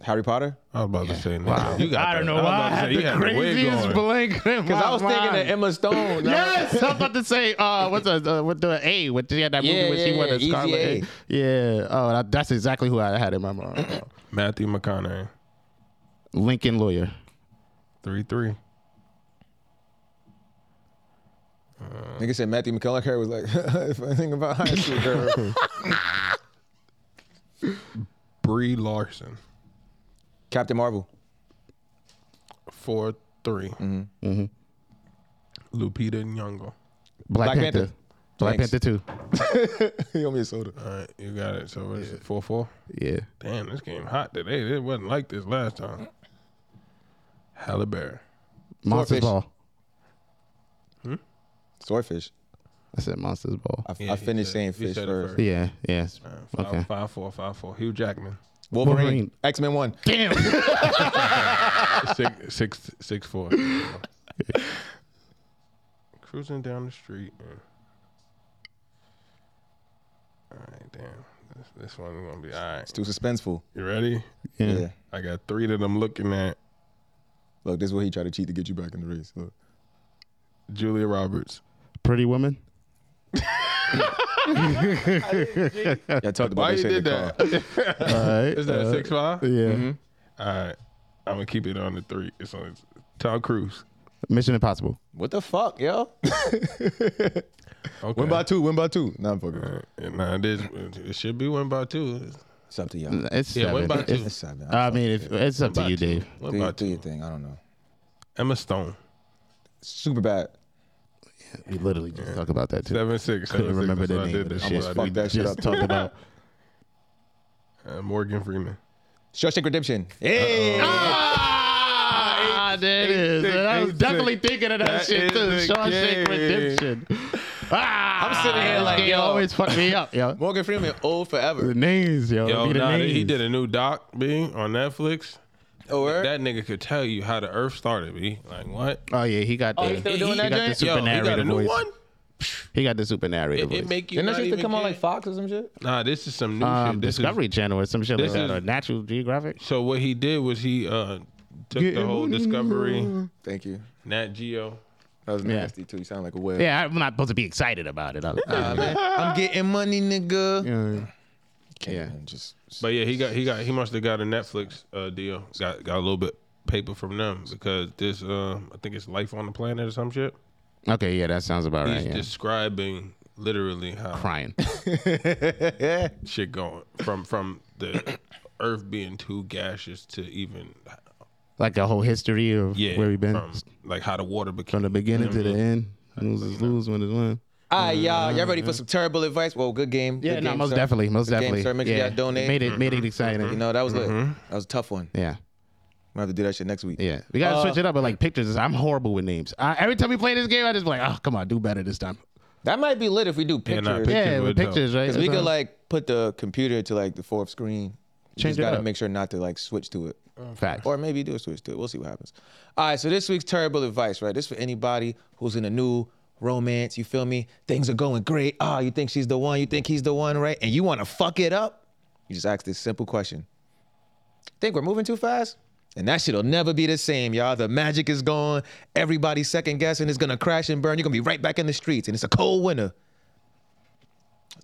Harry Potter.
I was about to say.
Wow.
You got
I don't
that.
know
was about
why.
to
I
say,
had
you
the
had the wig
craziest
on.
blank.
Because I was thinking of Emma Stone. No.
Yes, I'm about to say uh, what's the uh, what the A? What she had that movie
Yeah,
where she
yeah,
wore
yeah,
the
Easy
scarlet?
A.
A. Yeah. Oh, that, that's exactly who I had in my mind. uh,
Matthew McConaughey.
Lincoln lawyer.
Three three.
Nigga said Matthew McConaughey was like, *laughs* if I think about high school girl.
*laughs* Brie Larson.
Captain Marvel.
Four three. Mm-hmm. Lupita Nyong'o.
Black,
Black
Panther.
Panther.
Black
Thanks.
Panther
*laughs*
two.
he owe me a soda.
All right, you got it. So what is it? Four four.
Yeah.
Damn, this game hot today. It wasn't like this last time. Halle Berry.
Monsters
fish.
Ball.
Swordfish.
I said Monsters Ball.
I,
Yeah,
I
he
finished
said-
saying
he
fish
said it
first.
first.
Yeah. Yes.
Uh, Five,
Okay.
five four five four. Hugh Jackman.
Wolverine.
Wolverine.
X Men One.
Damn. *laughs*
six six six four. Cruising down the street. and- All right, damn. This, this one's gonna be all right.
Too suspenseful.
You ready?
Yeah.
Yeah.
I got three that I'm looking at.
Look, this is what he tried to cheat to get you back in the race.
*laughs*
Look.
Julia Roberts.
Pretty Woman.
Yeah, I talked about
Why
this
you
shit in
did
the car.
that?
All right.
Is that
uh,
six Mm-hmm. five?
Yeah.
All right. I'm gonna keep it on the three. It's on Tom Cruise.
Mission Impossible.
What the fuck, yo?
Okay.
*laughs* Win by two. Win by two. Nah, I'm fucking.
Nah, it, is, it should be one by two.
It's up to y'all.
It's
Yeah, what
seven.
about
It's-
you?
It's seven.
I mean, if, it's up to
about
you,
you?
Dave.
One
do,
by
you, do
two.
your thing. I don't know.
Emma Stone.
Super bad.
We literally just talked about that too.
Seven six.
Couldn't
seven,
remember
six. That's
the
what I
name
did.
of the
That's
shit.
what I
Fuck
did.
that shit
Just
up.
*laughs* talked about.
Uh, Morgan Freeman.
Shawshank Redemption. Hey.
Ah, there it is.
sick,
I was
ain't
definitely thinking of that,
That
shit too.
is the
Shawshank
game.
Redemption. Ah,
I'm sitting here
this
like,
game
yo.
always fuck me up, yo.
Morgan Freeman old forever.
*laughs* The names, yo.
Yo,
Be the
nah,
names.
he did a new doc B on Netflix.
Oh, word?
That nigga could tell you how the Earth started. B like what?
Oh yeah, he got the.
he's still
he,
doing that
got the
joint?
super
Yo, he got
narrator
a new
voice.
one.
He got the super narrator
It,
voice.
it make you.
Didn't that
not
shit used to
even
come on
care.
like Fox or some shit?
Nah, this is some new
um,
shit. This is-
Discovery Channel or some shit like
this
that,
is-
or Natural Geographic.
so what he did was he uh took the whole Discovery,
Thank you.
Nat Geo,
That was
Yeah.
nasty too. You sound like a whale.
Yeah, I'm not supposed to be excited about it. I-
Nah, man. I'm getting money, nigga.
Yeah.
Can't
Yeah.
even Just
But yeah, he got he got he must have got a Netflix uh, deal. Got got a little bit paper from them because this uh, I think it's Life on the Planet or some shit.
Okay, yeah, that sounds about right.
He's
Oh, yeah.
describing literally how
crying. *laughs*
*laughs*
shit going from from the *coughs* earth being too gaseous to even
like a whole history of
yeah
where we been
from, like how the water became
from the beginning to the
Mm-hmm.
end. Lose is lose, win is win.
All right, y'all. Y'all ready for some terrible advice? Well, good game.
Mm-hmm. Yeah,
good
no,
game,
most
sir.
definitely, most
Good game,
definitely.
sir. Make sure
yeah.
y'all donate. Mm-hmm.
Made it, made it exciting.
You know, that was lit. That was a tough one.
Yeah.
Might have to do that shit next week.
Mm-hmm. Yeah, we gotta
Uh,
switch it up. But like pictures, I'm horrible with names. Uh, every time we play this game, I just be like, oh, come on, do better this time.
That might be lit if we do pictures.
nah, pic-
Yeah,
Pictures
with
would
pictures, right?
Because we
That's
could
all.
like put the computer to like the fourth screen. You
Change
just
it
gotta
up.
make sure not to like switch to it.
facts.
Or maybe do a switch to it. We'll see what happens. All right, so this week's terrible advice, right? This for anybody who's in a new romance, you feel me? Things are going great. Ah, you think she's the one, you think he's the one, right? And you wanna fuck it up? You just ask this simple question. Think we're moving too fast? And that shit'll never be the same, y'all. The magic is gone. Everybody's second guessing. It's gonna crash and burn. You're gonna be right back in the streets, and it's a cold winter.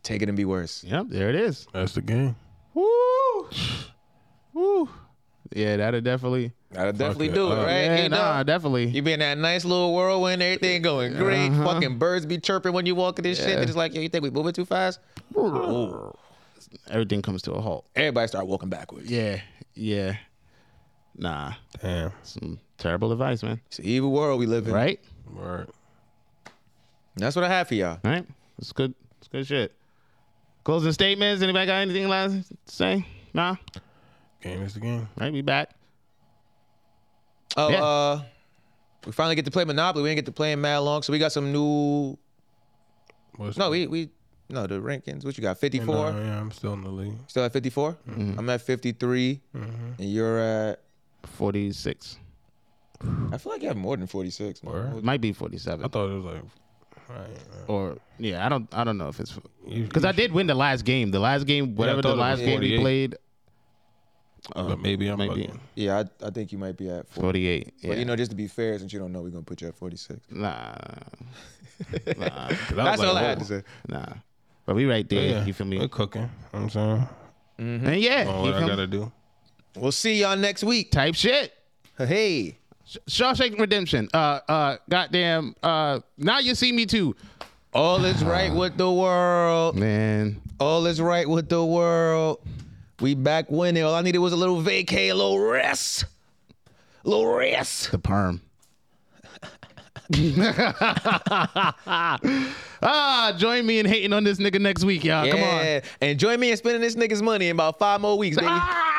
Take it and be worse.
Yep, there it is.
that's the game
Woo, woo. Yeah, that'll definitely.
That'll definitely
it
do it,
up.
right?
Yeah,
You know?
nah, definitely.
You be in that nice little whirlwind, everything going great.
Uh-huh.
Fucking birds be chirping when you walk in this shit.
Yeah.
They're just like, yo, you think we moving too fast?
Everything comes to a halt.
Everybody start walking backwards.
Yeah, yeah. Nah,
damn
some terrible advice, man.
It's an evil world we live in.
Right,
right
And that's what I have for y'all.
right. It's good. It's good shit. Closing statements. Anybody got anything last to say? Nah.
game is the game
Right, we back.
Oh,
Yeah.
uh, we finally get to play Monopoly. We didn't get to play in mad long, so we got some new.
What's
No, we we no the rankings. What you got? Fifty
No,
four.
yeah I'm still in the league
Still at fifty
Mm-hmm.
I'm at fifty
Mm-hmm.
and you're at.
Forty six.
I feel like you have more than forty six.
Word.
Might be forty seven.
I thought it was like right,
or yeah, I don't I don't know if it's
You-
because I did win the last game. The last game, whatever
thought
the
it
last
was
game we
48.
played,
but uh, maybe I'm
maybe.
bugging.
Yeah, I, I think you might be at. 40.
forty eight. Yeah.
But you know, just to be fair, since you don't know, we're gonna put you at forty six. *laughs*
nah, nah,
'Cause I was
That's
like,
all I
whoa.
had to say.
nah. But we right there.
Yeah,
You feel me?
We're cooking. You know what I'm saying,
And yeah,
oh,
you
what I
feel
gotta
me?
do.
We'll see y'all next week.
Type shit.
Hey.
Sh- Shawshank Redemption. Uh, uh, goddamn. Uh, now you see me too,
All is right
Uh.
with the world.
man.
All is right with the world. We back winning. All I needed was a little vacay, a little rest. A little rest.
The perm. *laughs* ah, join me in hating on this nigga next week, y'all. Come on.
Yeah. And join me in spending this nigga's money in about five more weeks, baby.
Ah!